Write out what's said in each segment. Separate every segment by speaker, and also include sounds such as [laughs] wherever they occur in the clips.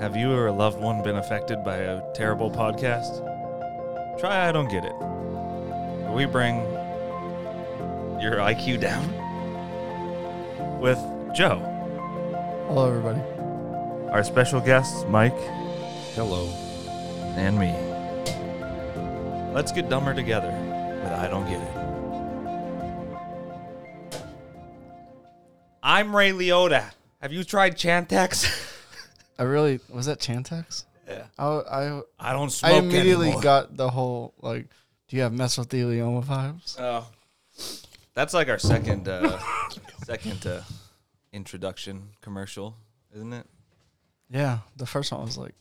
Speaker 1: Have you or a loved one been affected by a terrible podcast? Try I Don't Get It. We bring your IQ down with Joe,
Speaker 2: Hello, everybody.
Speaker 1: our special guests, Mike,
Speaker 3: Hello.
Speaker 1: and me. Let's get dumber together with I Don't Get It. I'm Ray Liotta. Have you tried Chantex?
Speaker 2: I really was that Chantex.
Speaker 1: Yeah.
Speaker 2: I I,
Speaker 1: I don't smoke
Speaker 2: I immediately
Speaker 1: anymore.
Speaker 2: got the whole like, do you have mesothelioma vibes?
Speaker 1: Oh, that's like our second uh, [laughs] second uh, introduction commercial, isn't it?
Speaker 2: Yeah, the first one was like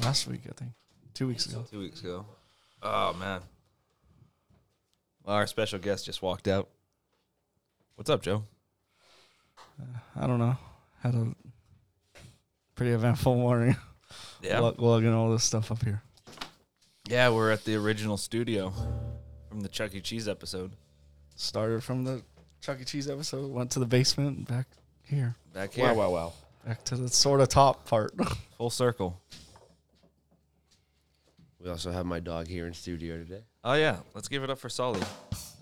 Speaker 2: last week, I think, two weeks ago.
Speaker 1: Two weeks ago. Oh man. Well, our special guest just walked out. What's up, Joe?
Speaker 2: I don't know. Had a pretty eventful morning. [laughs] lug- lugging all this stuff up here.
Speaker 1: yeah. We're at the original studio from the Chuck E. Cheese episode.
Speaker 2: Started from the Chuck E. Cheese episode, went to the basement, and back here,
Speaker 1: Back here,
Speaker 3: Wow, wow, wow.
Speaker 2: back to the sort of top part. [laughs]
Speaker 1: full circle.
Speaker 3: We also have my dog here in studio today.
Speaker 1: Oh yeah, let's give it up for Solly.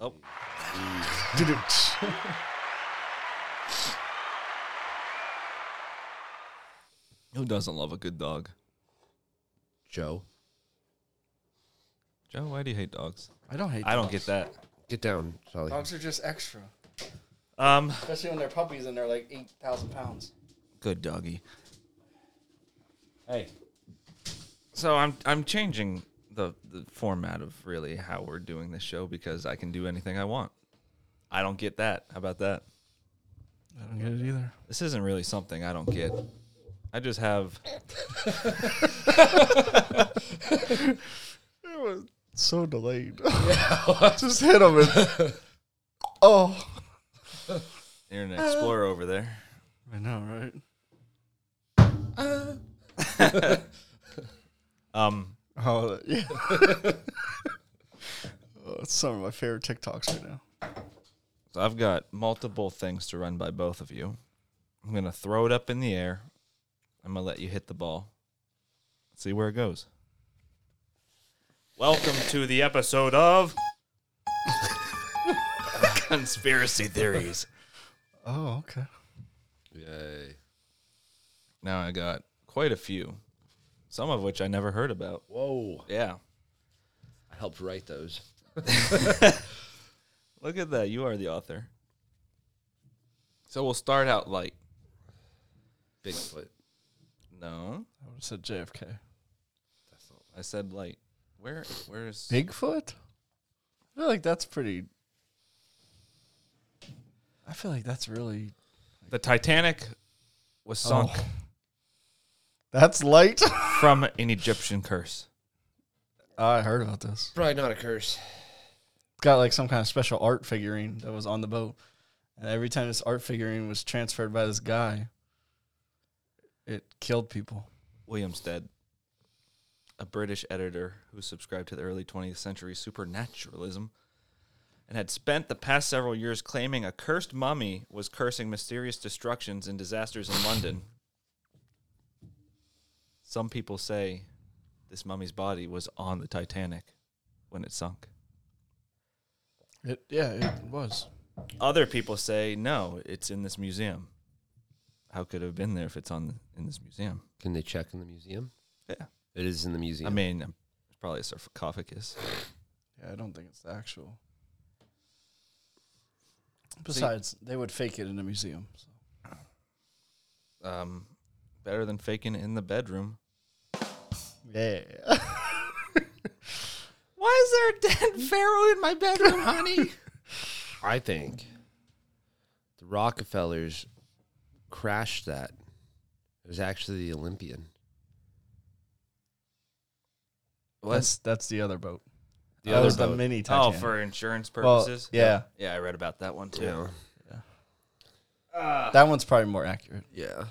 Speaker 1: Oh, [laughs] who doesn't love a good dog?
Speaker 3: Joe,
Speaker 1: Joe, why do you hate dogs?
Speaker 2: I don't hate.
Speaker 1: I don't get that.
Speaker 3: get down, Solly.
Speaker 2: are just extra,
Speaker 1: Um,
Speaker 2: especially when they're puppies and they're like eight thousand pounds.
Speaker 1: Good doggy. Hey. So I'm I'm changing the the format of really how we're doing this show because I can do anything I want. I don't get that. How about that?
Speaker 2: I don't get it either.
Speaker 1: This isn't really something I don't get. I just have
Speaker 2: It was so [laughs] delayed. Just hit him and [laughs] oh.
Speaker 1: Internet Explorer over there.
Speaker 2: I know, right? [laughs]
Speaker 1: Um
Speaker 2: Oh, [laughs] yeah. oh, it's some of my favorite TikToks right now.
Speaker 1: so I've got multiple things to run by both of you. I'm going to throw it up in the air. I'm going to let you hit the ball. see where it goes. Welcome to the episode of [laughs] Conspiracy Theories.
Speaker 2: Oh, okay.
Speaker 3: Yay.
Speaker 1: Now I got quite a few, some of which I never heard about.
Speaker 3: Whoa.
Speaker 1: Yeah.
Speaker 3: I helped write those.
Speaker 1: Look at that. You are the author. So we'll start out light.
Speaker 3: Bigfoot.
Speaker 1: No,
Speaker 2: I would have said JFK.
Speaker 1: I said light. Where? Where is?
Speaker 2: Bigfoot? I feel like that's pretty. I feel like that's really.
Speaker 1: The Titanic was sunk
Speaker 2: Oh. That's light. [laughs]
Speaker 1: from an Egyptian curse.
Speaker 2: Ah, I heard about this.
Speaker 3: Probably not a curse.
Speaker 2: Got like some kind of special art figurine that was on the boat. And every time this art figurine was transferred by this guy, it killed people.
Speaker 1: William's dead. A British editor who subscribed to the early 20th century supernaturalism and had spent the past several years claiming a cursed mummy was cursing mysterious destructions and disasters in London. Some people say this mummy's body was on the Titanic when it sunk.
Speaker 2: It yeah, it was.
Speaker 1: Other people say no, it's in this museum. How could it have been there if it's on the, in this museum?
Speaker 3: Can they check in the museum?
Speaker 1: Yeah.
Speaker 3: It is in the museum.
Speaker 1: I mean, it's probably a sarcophagus.
Speaker 2: Yeah, I don't think it's the actual. Besides, they would fake it in a museum. So.
Speaker 1: um, better than faking it in the bedroom.
Speaker 2: Yeah.
Speaker 1: Why is there a dead [laughs] pharaoh in my bedroom, [laughs] honey?
Speaker 3: I think the Rockefellers crashed that. It was actually the Olympian.
Speaker 2: that's that's the other boat.
Speaker 3: The
Speaker 2: that
Speaker 3: other
Speaker 2: was the
Speaker 3: boat.
Speaker 2: mini
Speaker 1: oh,
Speaker 2: Titanic.
Speaker 1: for insurance
Speaker 2: well,
Speaker 1: purposes.
Speaker 2: yeah,
Speaker 1: yeah, I read about that one too.
Speaker 3: Yeah.
Speaker 2: that one's probably more accurate
Speaker 3: Yeah.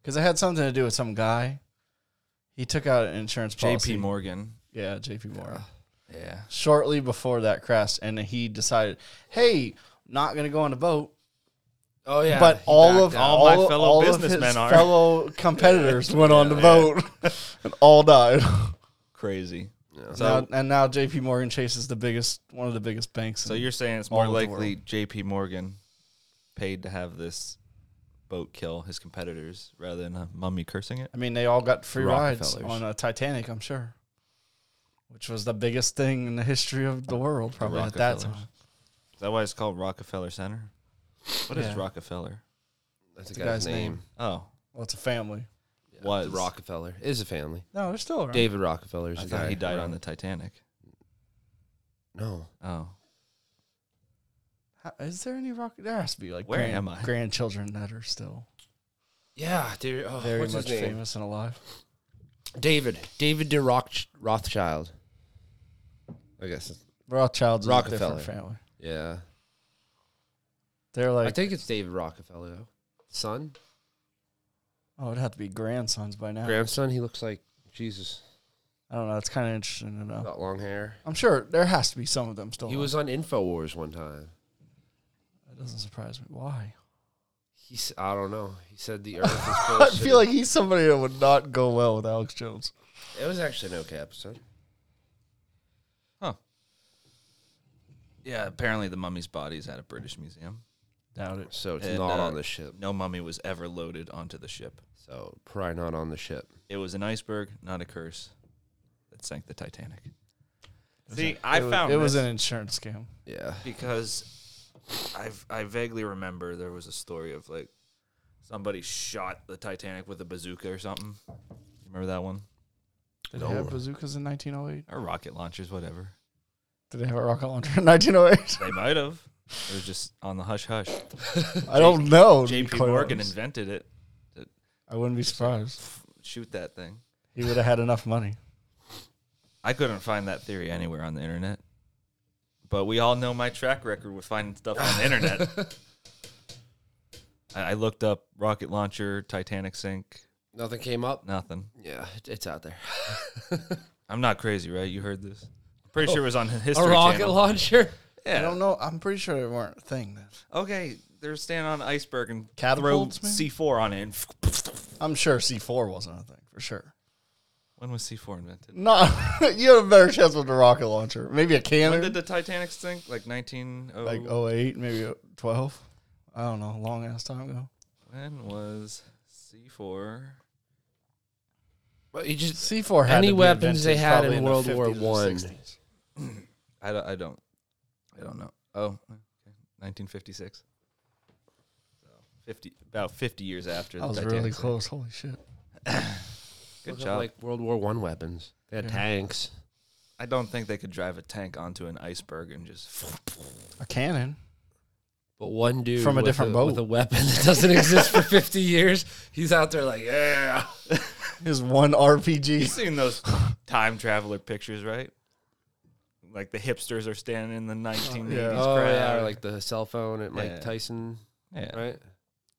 Speaker 2: because it had something to do with some guy. He took out an insurance policy.
Speaker 1: J.P. Morgan.
Speaker 2: Yeah, J.P. Morgan.
Speaker 1: Yeah,
Speaker 2: Shortly before that crash, and he decided, "Hey, not gonna go on the boat.
Speaker 3: Oh yeah,
Speaker 2: but
Speaker 3: he
Speaker 2: all of
Speaker 3: backed out.
Speaker 1: All
Speaker 2: all,
Speaker 1: my
Speaker 2: of-
Speaker 1: fellow
Speaker 2: all of his
Speaker 1: businessmen are.
Speaker 2: fellow
Speaker 1: [laughs]
Speaker 2: competitors went on to
Speaker 1: Yeah.
Speaker 2: vote and all died.
Speaker 1: Crazy.
Speaker 3: Yeah.
Speaker 1: So,
Speaker 2: Now- and now J.P. Morgan Chase is the biggest, one of the biggest banks.
Speaker 1: so
Speaker 2: in-
Speaker 1: you're saying it's
Speaker 2: All
Speaker 1: more
Speaker 2: of the
Speaker 1: likely J.P. Morgan paid to have this boat kill his competitors rather than a mummy cursing it?
Speaker 2: I mean, they all got free rides
Speaker 3: Rockefellers.
Speaker 2: on a Titanic, I'm sure, which was the biggest thing in the history of the world, probably at that
Speaker 1: Rockefellers.
Speaker 2: time.
Speaker 1: Is that why it's called Rockefeller Center? What is
Speaker 2: Yeah.
Speaker 1: Rockefeller?
Speaker 3: that's a
Speaker 2: the
Speaker 3: guy's
Speaker 2: guy's
Speaker 3: name.
Speaker 2: name.
Speaker 1: Oh,
Speaker 2: Well, it's a family.
Speaker 3: Yeah,
Speaker 1: Was.
Speaker 3: the Rockefeller It is a family.
Speaker 2: No, they're still around.
Speaker 3: David Rockefeller is
Speaker 1: I
Speaker 3: the
Speaker 1: thought
Speaker 3: guy.
Speaker 1: he died on
Speaker 3: around-
Speaker 1: the Titanic.
Speaker 3: No,
Speaker 1: Oh,
Speaker 2: How- Is there any rock? There has to be like
Speaker 1: Where
Speaker 2: grand-
Speaker 1: am I?
Speaker 2: grandchildren that are still
Speaker 3: yeah, dude. Oh,
Speaker 2: very
Speaker 3: what's
Speaker 2: much
Speaker 3: his name?
Speaker 2: famous and alive.
Speaker 3: David. David de Roch- Rothschild. I guess. it's-
Speaker 2: Rothschild's Rockefeller.
Speaker 3: Rockefeller.
Speaker 2: family.
Speaker 3: Yeah.
Speaker 2: They're
Speaker 3: I
Speaker 2: like,
Speaker 3: think it's David Rockefeller, though. Son?
Speaker 2: oh, it'd have to be grandsons by now.
Speaker 3: Grandson? He looks like Jesus.
Speaker 2: I don't know. It's kind of interesting to know.
Speaker 3: Got long hair.
Speaker 2: I'm sure there has to be some of them still.
Speaker 3: He was on InfoWars one time.
Speaker 2: That doesn't surprise me.
Speaker 3: [laughs]
Speaker 2: Why?
Speaker 3: He's, I don't know. He
Speaker 2: [laughs]
Speaker 3: said the earth is
Speaker 2: I
Speaker 3: bullshit.
Speaker 2: feel like he's somebody that would not go well with Alex Jones.
Speaker 3: It was actually an okay episode.
Speaker 1: yeah. Apparently, the mummy's body is at a British museum.
Speaker 2: Doubt it.
Speaker 3: So it's
Speaker 1: And,
Speaker 3: not
Speaker 1: uh,
Speaker 3: on the ship.
Speaker 1: No mummy was ever loaded onto the ship.
Speaker 3: So probably not on the ship.
Speaker 1: It was an iceberg, not a curse, that sank the Titanic.
Speaker 2: was
Speaker 1: See,
Speaker 2: a-
Speaker 1: I
Speaker 2: it was-
Speaker 1: found
Speaker 2: it was
Speaker 1: this.
Speaker 2: an insurance scam.
Speaker 3: Yeah.
Speaker 2: [laughs]
Speaker 1: because I've I vaguely remember there was a story of like somebody shot the Titanic with a bazooka or something. Remember that one?
Speaker 2: Did they have bazookas in 1908?
Speaker 1: Or rocket launchers, whatever.
Speaker 2: Did they have a rocket launcher in [laughs] 1908?
Speaker 1: They might have. It was just on the hush hush.
Speaker 3: Oh,
Speaker 2: I don't know. to be
Speaker 1: J.P.
Speaker 2: quite
Speaker 1: Morgan
Speaker 2: honest.
Speaker 1: invented it.
Speaker 2: I wouldn't be surprised.
Speaker 1: Shoot that thing.
Speaker 2: He would have had enough money.
Speaker 1: I couldn't find that theory anywhere on the internet. But we all know my track record with finding stuff on the
Speaker 3: [laughs]
Speaker 1: internet. I I looked up rocket launcher, Titanic sink,
Speaker 3: Nothing came up.
Speaker 1: nothing.
Speaker 3: Yeah, it- it's out there.
Speaker 1: I'm not crazy, right? You heard this. I'm pretty sure it was on History
Speaker 3: a rocket
Speaker 1: Channel.
Speaker 3: launcher?
Speaker 1: yeah.
Speaker 2: I don't know. I'm pretty sure they weren't a thing then.
Speaker 1: Okay, they're standing on an iceberg and
Speaker 2: Catapults,
Speaker 1: throw
Speaker 2: maybe?
Speaker 1: C4 on it. And [laughs]
Speaker 2: I'm sure C4 wasn't a thing for sure.
Speaker 1: when was C4 invented?
Speaker 2: No, [laughs] you had a better chance with a rocket launcher. Maybe a
Speaker 1: When
Speaker 2: cannon.
Speaker 1: did the Titanic sink? Like oh 19.
Speaker 2: like 08, maybe 12. I don't know. Long ass time ago.
Speaker 1: When was C4?
Speaker 3: But you just
Speaker 2: C4 had
Speaker 3: Any
Speaker 2: to be
Speaker 3: weapons they
Speaker 2: invented
Speaker 3: had
Speaker 2: probably
Speaker 3: in
Speaker 2: the
Speaker 3: World War
Speaker 2: 50s or
Speaker 3: One.
Speaker 2: 60s.
Speaker 1: I don't, I don't. I don't know. Oh, okay. 1956. So 50, about 50 years after
Speaker 2: That
Speaker 1: the
Speaker 2: was
Speaker 1: Titanic.
Speaker 2: really
Speaker 1: sank.
Speaker 2: close. Holy shit.
Speaker 1: Good
Speaker 3: look up,
Speaker 1: job.
Speaker 3: like World War One weapons. They had
Speaker 2: Yeah.
Speaker 3: tanks.
Speaker 1: I don't think they could drive a tank onto an iceberg and just. [laughs]
Speaker 2: A cannon.
Speaker 3: But one dude
Speaker 2: From a
Speaker 3: with
Speaker 2: different boat.
Speaker 3: with a weapon that doesn't [laughs] exist for 50 years, he's out there like, yeah.
Speaker 2: His one
Speaker 1: You've
Speaker 2: RPG.
Speaker 1: seen
Speaker 2: [laughs]
Speaker 1: those time traveler pictures, right? Like the hipsters are standing in the 1980s
Speaker 3: Oh
Speaker 1: crowd.
Speaker 3: yeah, or like the cell phone at Mike
Speaker 1: Yeah.
Speaker 3: Tyson,
Speaker 1: Yeah.
Speaker 3: right?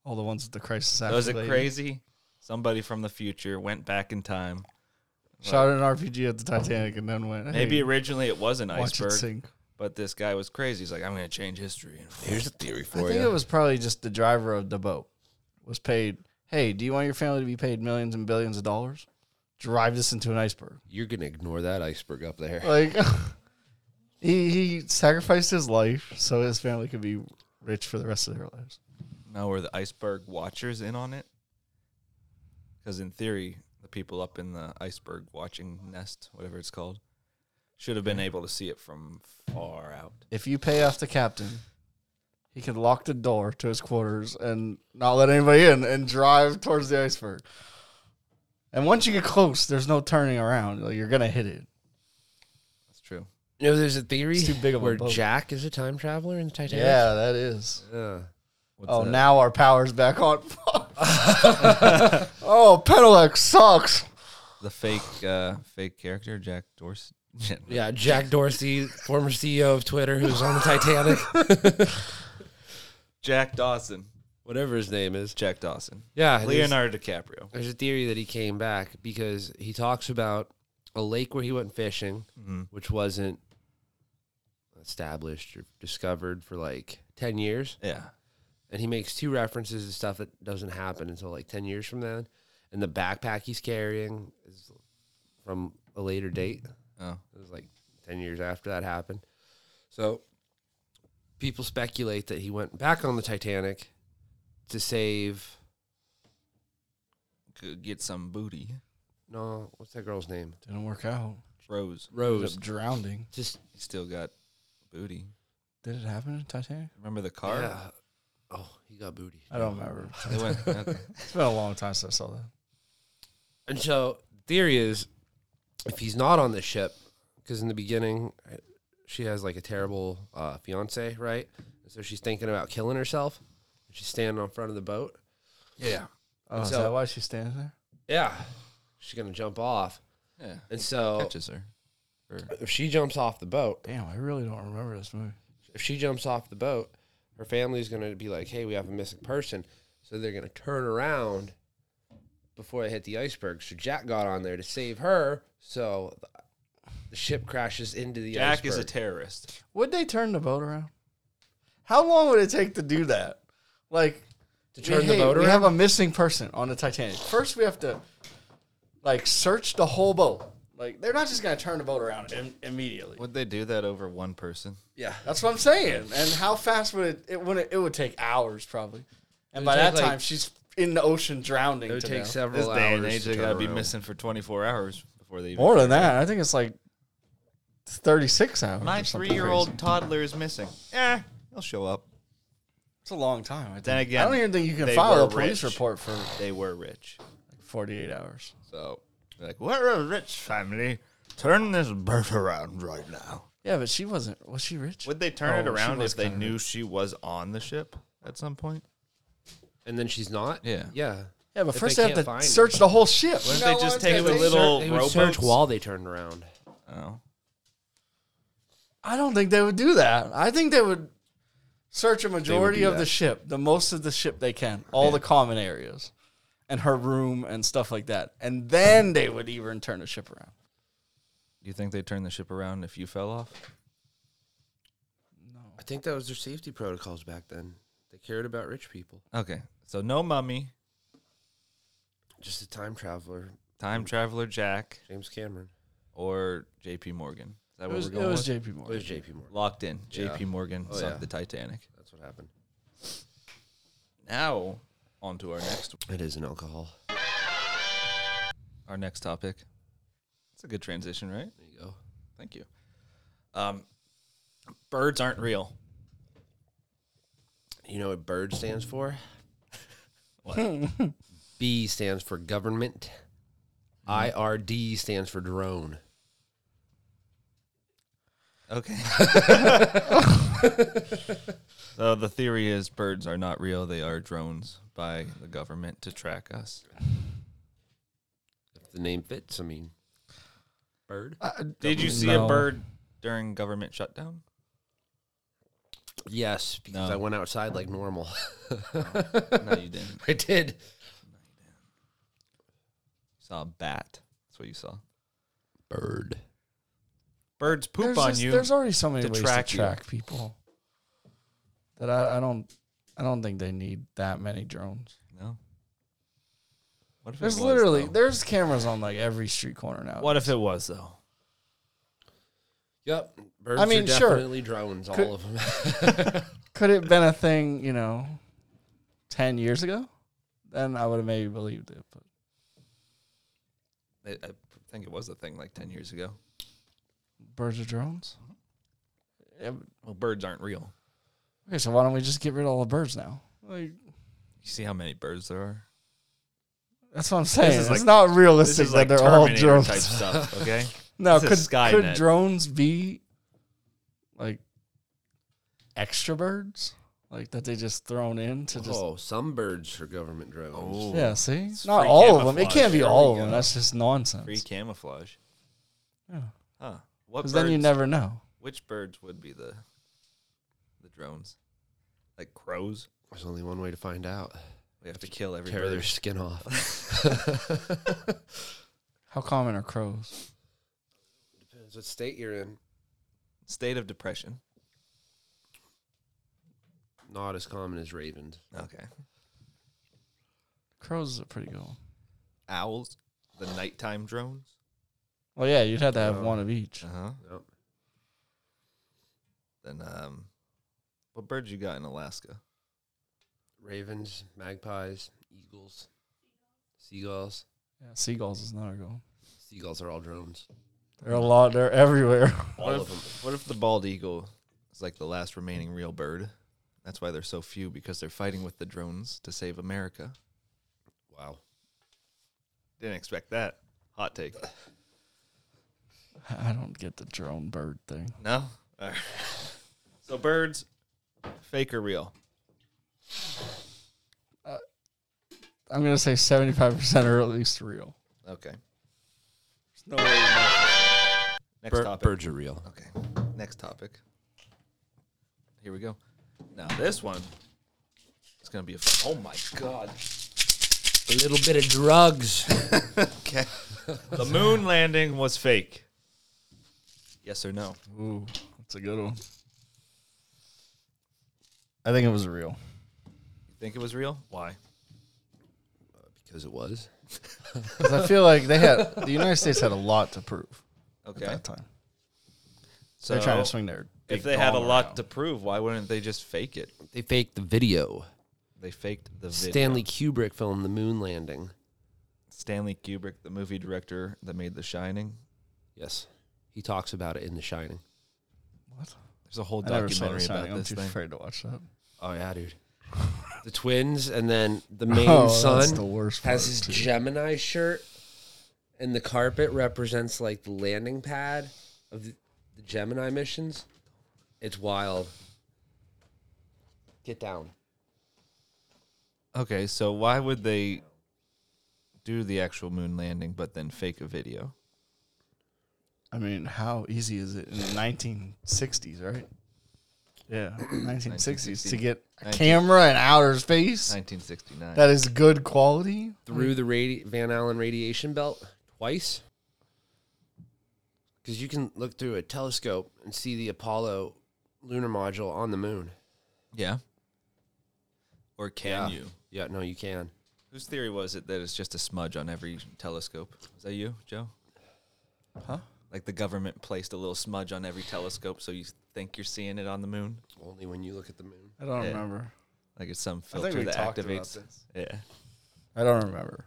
Speaker 2: All the ones with the crisis
Speaker 1: So is it
Speaker 2: activated.
Speaker 1: crazy? Somebody from the future went back in time.
Speaker 2: Shot an RPG at the Titanic and then went.
Speaker 1: Maybe
Speaker 2: hey,
Speaker 1: originally it was an
Speaker 2: watch it
Speaker 1: iceberg,
Speaker 2: sink.
Speaker 1: but this guy was crazy. He's like, I'm going to change history. And
Speaker 3: Here's a theory
Speaker 2: I
Speaker 3: for
Speaker 2: think it was probably just the driver of the boat was paid. Hey, do you want your family to be paid millions and billions of dollars? Drive this into an iceberg.
Speaker 3: You're gonna ignore that iceberg up there.
Speaker 2: Like [laughs] he he sacrificed his life so his family could be rich for the rest of their lives.
Speaker 1: now were the iceberg watchers in on it? Because in theory, the people up in the iceberg watching nest, whatever it's called, should have been able to see it from far out.
Speaker 2: If you pay off the captain, he can lock the door to his quarters and not let anybody in and drive towards the iceberg. And once you get close, there's no turning around. Like you're gonna hit it.
Speaker 1: That's true.
Speaker 3: [laughs] You know, there's a theory
Speaker 2: It's too big of a
Speaker 3: where
Speaker 2: boat.
Speaker 3: Jack is a time traveler in Titanic.
Speaker 2: Yeah, that is.
Speaker 3: Yeah.
Speaker 1: What's
Speaker 2: oh,
Speaker 1: that?
Speaker 2: now our power's back on. [laughs] oh, Pedelec sucks.
Speaker 1: the
Speaker 3: [sighs]
Speaker 1: fake uh, fake character Jack [laughs] Dorsey.
Speaker 3: Yeah, Jack Dorsey, former CEO of Twitter, who's on the Titanic,
Speaker 1: Jack Dawson.
Speaker 3: [laughs] whatever his name is.
Speaker 1: Jack Dawson.
Speaker 3: Yeah, there's-
Speaker 1: Leonardo DiCaprio.
Speaker 3: There's a theory that he came back because he talks about a lake where he went fishing,
Speaker 1: Mhm.
Speaker 3: which wasn't established or discovered for like 10 years.
Speaker 1: Yeah.
Speaker 3: and he makes two references to stuff that doesn't happen until like ten years from then, and the backpack he's carrying is from a later date.
Speaker 1: Oh.
Speaker 3: It was like 10 years after that happened. So people speculate that he went back on the Titanic to save.
Speaker 1: Could get some booty.
Speaker 3: No, what's that girl's name?
Speaker 2: Didn't work out.
Speaker 1: Rose.
Speaker 2: Ended
Speaker 3: Rose.
Speaker 2: up drowning.
Speaker 3: Just
Speaker 1: He still got booty.
Speaker 2: Did it happen in Titanic?
Speaker 1: Remember the car?
Speaker 3: yeah. Oh, he got booty.
Speaker 2: I don't remember.
Speaker 1: They went,
Speaker 3: [laughs]
Speaker 1: okay.
Speaker 2: It's been a long time since I saw that.
Speaker 3: And so theory is, if he's not on the ship, because in the beginning, I- she has like a terrible uh, fiance, right? So she's thinking about killing herself. She's standing on front of the boat. Yeah.
Speaker 2: Oh, is
Speaker 3: So-
Speaker 2: that why she's standing there?
Speaker 3: Yeah. She's gonna jump off,
Speaker 1: yeah.
Speaker 3: and
Speaker 2: Oh,
Speaker 3: so
Speaker 1: Catches her. Or-
Speaker 3: if she jumps off the boat,
Speaker 2: Damn, I really don't remember this movie.
Speaker 3: if she jumps off the boat, her family's going to be like, "Hey, we have a missing person," so they're going to turn around before they hit the iceberg. So Jack got on there to save her, so the- the ship crashes into the
Speaker 1: Jack
Speaker 3: iceberg.
Speaker 1: is a terrorist.
Speaker 2: Would they turn the boat around? How long would it take to do that? Like
Speaker 3: to turn the
Speaker 2: hey,
Speaker 3: boat
Speaker 2: we
Speaker 3: around.
Speaker 2: have a missing person on the Titanic. First, we have to like search the whole boat. Like they're not just gonna turn the boat around Im- immediately.
Speaker 1: Would they do that over one person?
Speaker 3: yeah,
Speaker 2: That's what I'm saying. And how fast would it? It would it would take hours probably. And by
Speaker 3: take,
Speaker 2: that
Speaker 3: like-
Speaker 2: time, she's in the ocean drowning.
Speaker 3: it would
Speaker 2: to
Speaker 3: take
Speaker 2: know.
Speaker 1: This
Speaker 3: several
Speaker 1: day
Speaker 3: hours.
Speaker 1: and age,
Speaker 3: to
Speaker 1: they
Speaker 3: turn
Speaker 1: gotta be
Speaker 3: around.
Speaker 1: missing for 24 hours before they even.
Speaker 2: more than that. I think it's like thirty six hours.
Speaker 1: My
Speaker 2: or something crazy.
Speaker 1: three-year-old toddler is missing. Eh, he'll show up.
Speaker 2: It's a long time. I think.
Speaker 1: Then again,
Speaker 2: I don't even think you can
Speaker 1: they
Speaker 2: file a
Speaker 1: were
Speaker 2: police
Speaker 1: rich.
Speaker 2: report for
Speaker 1: They were rich,
Speaker 2: forty eight hours.
Speaker 1: so they're like we're a rich family. Turn this boat around right now.
Speaker 2: Yeah, but she wasn't. Was she rich?
Speaker 1: Would they turn it
Speaker 2: Oh, she
Speaker 1: around
Speaker 2: was
Speaker 1: if they
Speaker 2: kinda
Speaker 1: knew she was on the ship at some point?
Speaker 3: And then she's not.
Speaker 1: Yeah.
Speaker 3: yeah.
Speaker 2: yeah, but
Speaker 3: if
Speaker 2: first
Speaker 3: they
Speaker 2: they, have
Speaker 3: can't
Speaker 2: to
Speaker 3: find
Speaker 2: search the whole ship.
Speaker 1: What if
Speaker 2: You
Speaker 1: they
Speaker 2: know
Speaker 1: just
Speaker 2: what?
Speaker 1: take the
Speaker 2: would
Speaker 1: little
Speaker 3: They would search
Speaker 1: rowboats?
Speaker 3: while they turned around.
Speaker 1: Oh,
Speaker 2: I don't think they would do that. I think they would search a majority
Speaker 1: do
Speaker 2: of
Speaker 1: that.
Speaker 2: the ship, the most of the ship they can, all the common areas, and her room and stuff like that, and then they would even turn the ship around.
Speaker 1: do you think they turn the ship around if you fell off?
Speaker 3: I think that was their safety protocols back then. They cared about rich people.
Speaker 1: Okay, so no mummy,
Speaker 3: Just a time traveler,
Speaker 1: time traveler Jack,
Speaker 3: James Cameron.
Speaker 1: or J.P. Morgan. Is that
Speaker 2: It
Speaker 1: what
Speaker 2: was,
Speaker 1: we're
Speaker 2: it
Speaker 1: going
Speaker 2: was
Speaker 1: with?
Speaker 2: J.P.
Speaker 3: It was
Speaker 2: Morgan.
Speaker 3: J.P. Morgan.
Speaker 1: Locked in.
Speaker 3: Yeah.
Speaker 1: J.P. Morgan
Speaker 3: Oh,
Speaker 1: sunk
Speaker 3: yeah.
Speaker 1: the Titanic.
Speaker 3: That's what happened.
Speaker 1: Now, on to our next
Speaker 3: It is an alcohol.
Speaker 1: our next topic. It's a good transition, right?
Speaker 3: There you go.
Speaker 1: Thank you. Um, birds aren't real.
Speaker 3: You know what BIRD stands for? [laughs] B stands for government. IRD stands for drone.
Speaker 1: Okay. [laughs] so the theory is birds are not real. They are drones by the government to track us.
Speaker 3: If the name fits, I mean, bird.
Speaker 1: Did you see a
Speaker 2: No.
Speaker 1: bird during government shutdown?
Speaker 3: Yes, because
Speaker 1: No.
Speaker 3: I went outside like normal. [laughs]
Speaker 1: No, you didn't. You
Speaker 3: I did.
Speaker 1: saw a bat. That's what you saw.
Speaker 3: Bird.
Speaker 1: Birds poop
Speaker 2: There's,
Speaker 1: on
Speaker 2: just-
Speaker 1: you.
Speaker 2: there's already so many
Speaker 1: to
Speaker 2: ways
Speaker 1: track
Speaker 2: to
Speaker 1: you.
Speaker 2: track people that I, I don't. I don't think they need that many drones.
Speaker 1: no. What if it
Speaker 2: There's
Speaker 1: was,
Speaker 2: literally
Speaker 1: though?
Speaker 2: there's cameras on like every street corner now.
Speaker 1: What if it was though?
Speaker 3: Yep. Birds
Speaker 2: I mean,
Speaker 3: are
Speaker 2: sure.
Speaker 3: definitely drones,
Speaker 2: Could-
Speaker 3: all of them. [laughs]
Speaker 2: could it been a thing, you know, ten years ago? Then I would have maybe believed it. But
Speaker 1: I, I think it was a thing like ten years ago.
Speaker 2: birds are drones. Yeah, but-
Speaker 1: Well, birds aren't real.
Speaker 2: Okay, so why don't we just get rid of all the birds now? Like
Speaker 1: You see how many birds there are?
Speaker 2: that's what I'm saying.
Speaker 1: is
Speaker 2: It's
Speaker 1: like-
Speaker 2: not realistic that they're all drones.
Speaker 1: type stuff. Okay,
Speaker 2: [laughs] no, could
Speaker 1: this is Skynet.
Speaker 2: could drones be like extra birds? Like that they just thrown in to just
Speaker 3: oh, some birds are government drones.
Speaker 2: yeah. See, not
Speaker 1: free
Speaker 2: all of them. It
Speaker 1: camouflage.
Speaker 2: can't be
Speaker 1: There we
Speaker 2: all of them.
Speaker 1: go.
Speaker 2: That's just
Speaker 1: free
Speaker 2: nonsense.
Speaker 1: camouflage.
Speaker 2: Yeah.
Speaker 1: Huh? What birds?
Speaker 2: Because then you never know.
Speaker 1: which birds would be the the drones? Like crows,
Speaker 3: There's only one way to find out.
Speaker 1: we have to kill every
Speaker 3: Tear their
Speaker 1: bird.
Speaker 3: skin [laughs] off.
Speaker 2: How common are crows?
Speaker 3: Depends what state you're in.
Speaker 1: State of depression.
Speaker 3: not as common as ravens.
Speaker 1: Okay.
Speaker 2: Crows is a pretty good one.
Speaker 1: Owls, the nighttime drones.
Speaker 2: Well, yeah, you'd have to have
Speaker 3: Yeah.
Speaker 2: one of each.
Speaker 1: Uh huh.
Speaker 3: Yep.
Speaker 1: Then um, what birds you got in Alaska?
Speaker 3: Ravens, magpies, eagles, seagulls.
Speaker 2: Yeah, seagulls is not a good one.
Speaker 3: Seagulls are all drones.
Speaker 2: They're a lot. They're everywhere.
Speaker 3: All of them.
Speaker 1: What if the bald eagle is like the last remaining real bird? That's why there's so few because they're fighting with the drones to save America.
Speaker 3: Wow.
Speaker 1: Didn't expect that. Hot take.
Speaker 2: [laughs] I don't get the drone bird thing.
Speaker 1: No. All right. So birds, fake or real?
Speaker 2: I'm gonna say 75 percent are at least real.
Speaker 1: Okay.
Speaker 2: There's no way. you're not-
Speaker 1: Next
Speaker 3: Bir-
Speaker 1: topic.
Speaker 3: birds are real.
Speaker 1: Okay. Next topic. Here we go. Now this one is gonna be a. oh my god.
Speaker 3: A little bit of drugs.
Speaker 1: Okay. the [laughs] moon landing was fake. Yes or no?
Speaker 2: Ooh, that's a good one. I think it was real.
Speaker 1: You think it was real? Why?
Speaker 3: because it was.
Speaker 2: [laughs] 'Cause I feel like they had the United States had a lot to prove at
Speaker 1: Okay.
Speaker 2: that time.
Speaker 1: So
Speaker 2: They're trying to swing their.
Speaker 1: if
Speaker 2: big
Speaker 1: they had a
Speaker 2: dong
Speaker 1: lot
Speaker 2: around.
Speaker 1: to prove, why wouldn't they just fake it?
Speaker 3: They faked the video.
Speaker 1: They faked the video.
Speaker 3: Stanley Kubrick filmed the moon landing.
Speaker 1: Stanley Kubrick, the movie director that made The Shining.
Speaker 3: Yes. He talks about it in The Shining.
Speaker 2: what?
Speaker 1: There's a whole
Speaker 2: I never saw
Speaker 1: documentary
Speaker 2: this.
Speaker 1: about
Speaker 2: I'm
Speaker 1: this
Speaker 2: too
Speaker 1: thing.
Speaker 2: afraid to watch that.
Speaker 3: Oh yeah, dude. the twins and then
Speaker 2: [laughs]
Speaker 3: the main
Speaker 2: Oh, that's
Speaker 3: son
Speaker 2: the worst.
Speaker 3: has
Speaker 2: part,
Speaker 3: his
Speaker 2: too.
Speaker 3: Gemini shirt and the carpet represents like the landing pad of the, the Gemini missions. It's wild. Get down.
Speaker 1: Okay, so why would they do the actual moon landing but then fake a video?
Speaker 2: I mean, how easy is it in the 1960s, right? Yeah, 1960s to
Speaker 1: 1960s.
Speaker 2: get a
Speaker 1: 19
Speaker 2: camera in outer space
Speaker 1: 1969.
Speaker 2: that is good quality.
Speaker 3: Through the radi- Van Allen radiation belt twice. Cuz you can look through a telescope and see the Apollo lunar module on the moon.
Speaker 1: yeah. Or can
Speaker 3: Yeah.
Speaker 1: you?
Speaker 3: Yeah, no you can.
Speaker 1: Whose theory was it that it's just a smudge on every telescope? Is that you, Joe?
Speaker 2: Huh?
Speaker 1: Like the government placed a little smudge on every telescope so you think you're seeing it on the moon?
Speaker 3: Only when you look at the moon.
Speaker 2: I don't
Speaker 1: Yeah.
Speaker 2: remember.
Speaker 1: Like it's some
Speaker 2: I think
Speaker 1: filter
Speaker 2: we
Speaker 1: that
Speaker 2: talked about
Speaker 1: activates.
Speaker 2: this.
Speaker 1: Yeah.
Speaker 2: I don't remember.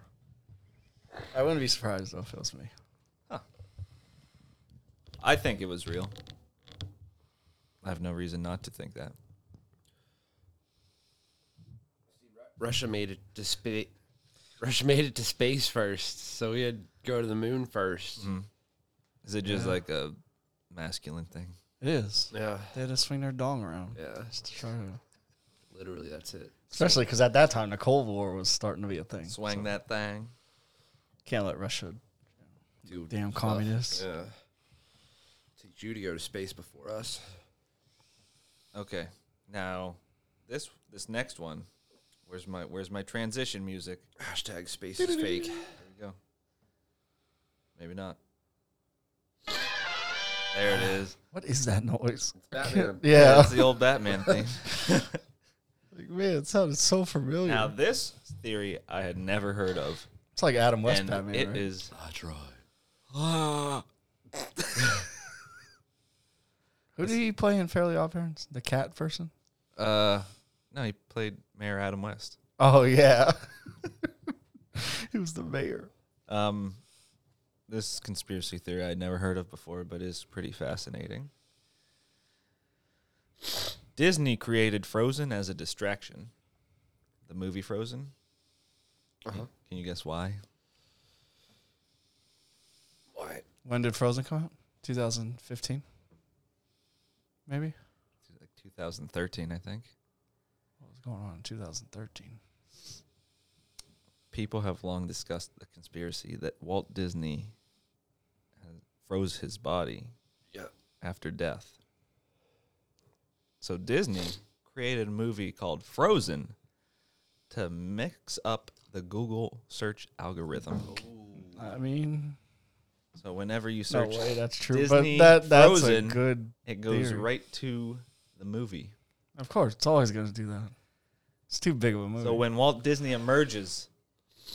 Speaker 2: I wouldn't be surprised though if it was me.
Speaker 1: I think it was real. I have no reason not to think that.
Speaker 3: Russia made it to space. Russia made it to space first, so we had to go to the moon 1st
Speaker 1: Is it just like a masculine thing?
Speaker 2: It is.
Speaker 3: Yeah,
Speaker 2: They had to swing their dong around.
Speaker 3: yeah.
Speaker 2: Just to try to-
Speaker 3: Literally, that's it.
Speaker 2: Especially because at that time the Cold War was starting to be a thing.
Speaker 1: Swang
Speaker 2: So
Speaker 1: that thing.
Speaker 2: Can't let Russia.
Speaker 3: Dude,
Speaker 2: Damn
Speaker 3: tough.
Speaker 2: communists.
Speaker 3: Yeah. Teach you to go to space before us.
Speaker 1: Okay. Now, this this next one. Where's my where's my transition music?
Speaker 3: Hashtag space is fake.
Speaker 1: There we go. Maybe not. There it is.
Speaker 2: What is that noise?
Speaker 3: Batman.
Speaker 2: [laughs] Yeah. Oh,
Speaker 1: That's the old Batman
Speaker 2: [laughs]
Speaker 1: theme.
Speaker 2: Like, man, it sounded so familiar.
Speaker 1: now this theory I had never heard of,
Speaker 2: it's like Adam West
Speaker 1: and
Speaker 2: Batman.
Speaker 1: it
Speaker 2: right?
Speaker 1: is
Speaker 3: That's right. Ah.
Speaker 2: Who did he play in Fairly Odd Parents? The cat person?
Speaker 1: uh no he played Mayor Adam West. [laughs]
Speaker 2: Oh yeah. he was the mayor.
Speaker 1: Um, this conspiracy theory I'd never heard of before, but is pretty fascinating. Disney created Frozen as a distraction. The movie Frozen.
Speaker 3: Uh-huh.
Speaker 1: Can you guess why?
Speaker 3: What?
Speaker 2: When did Frozen come out? 2015? Maybe?
Speaker 1: Like 2013, I think.
Speaker 2: What was going on in 2013?
Speaker 1: People have long discussed the conspiracy that Walt Disney has froze his body
Speaker 3: Yeah.
Speaker 1: after death. So Disney created a movie called Frozen to mix up the Google search algorithm.
Speaker 2: I mean,
Speaker 1: So whenever you
Speaker 2: no
Speaker 1: search,
Speaker 2: way that's true.
Speaker 1: Disney
Speaker 2: but that that's
Speaker 1: Frozen.
Speaker 2: a good.
Speaker 1: it goes
Speaker 2: theory.
Speaker 1: right to the movie.
Speaker 2: Of course, it's always going to do that. It's too big of a movie.
Speaker 1: So when Walt Disney emerges,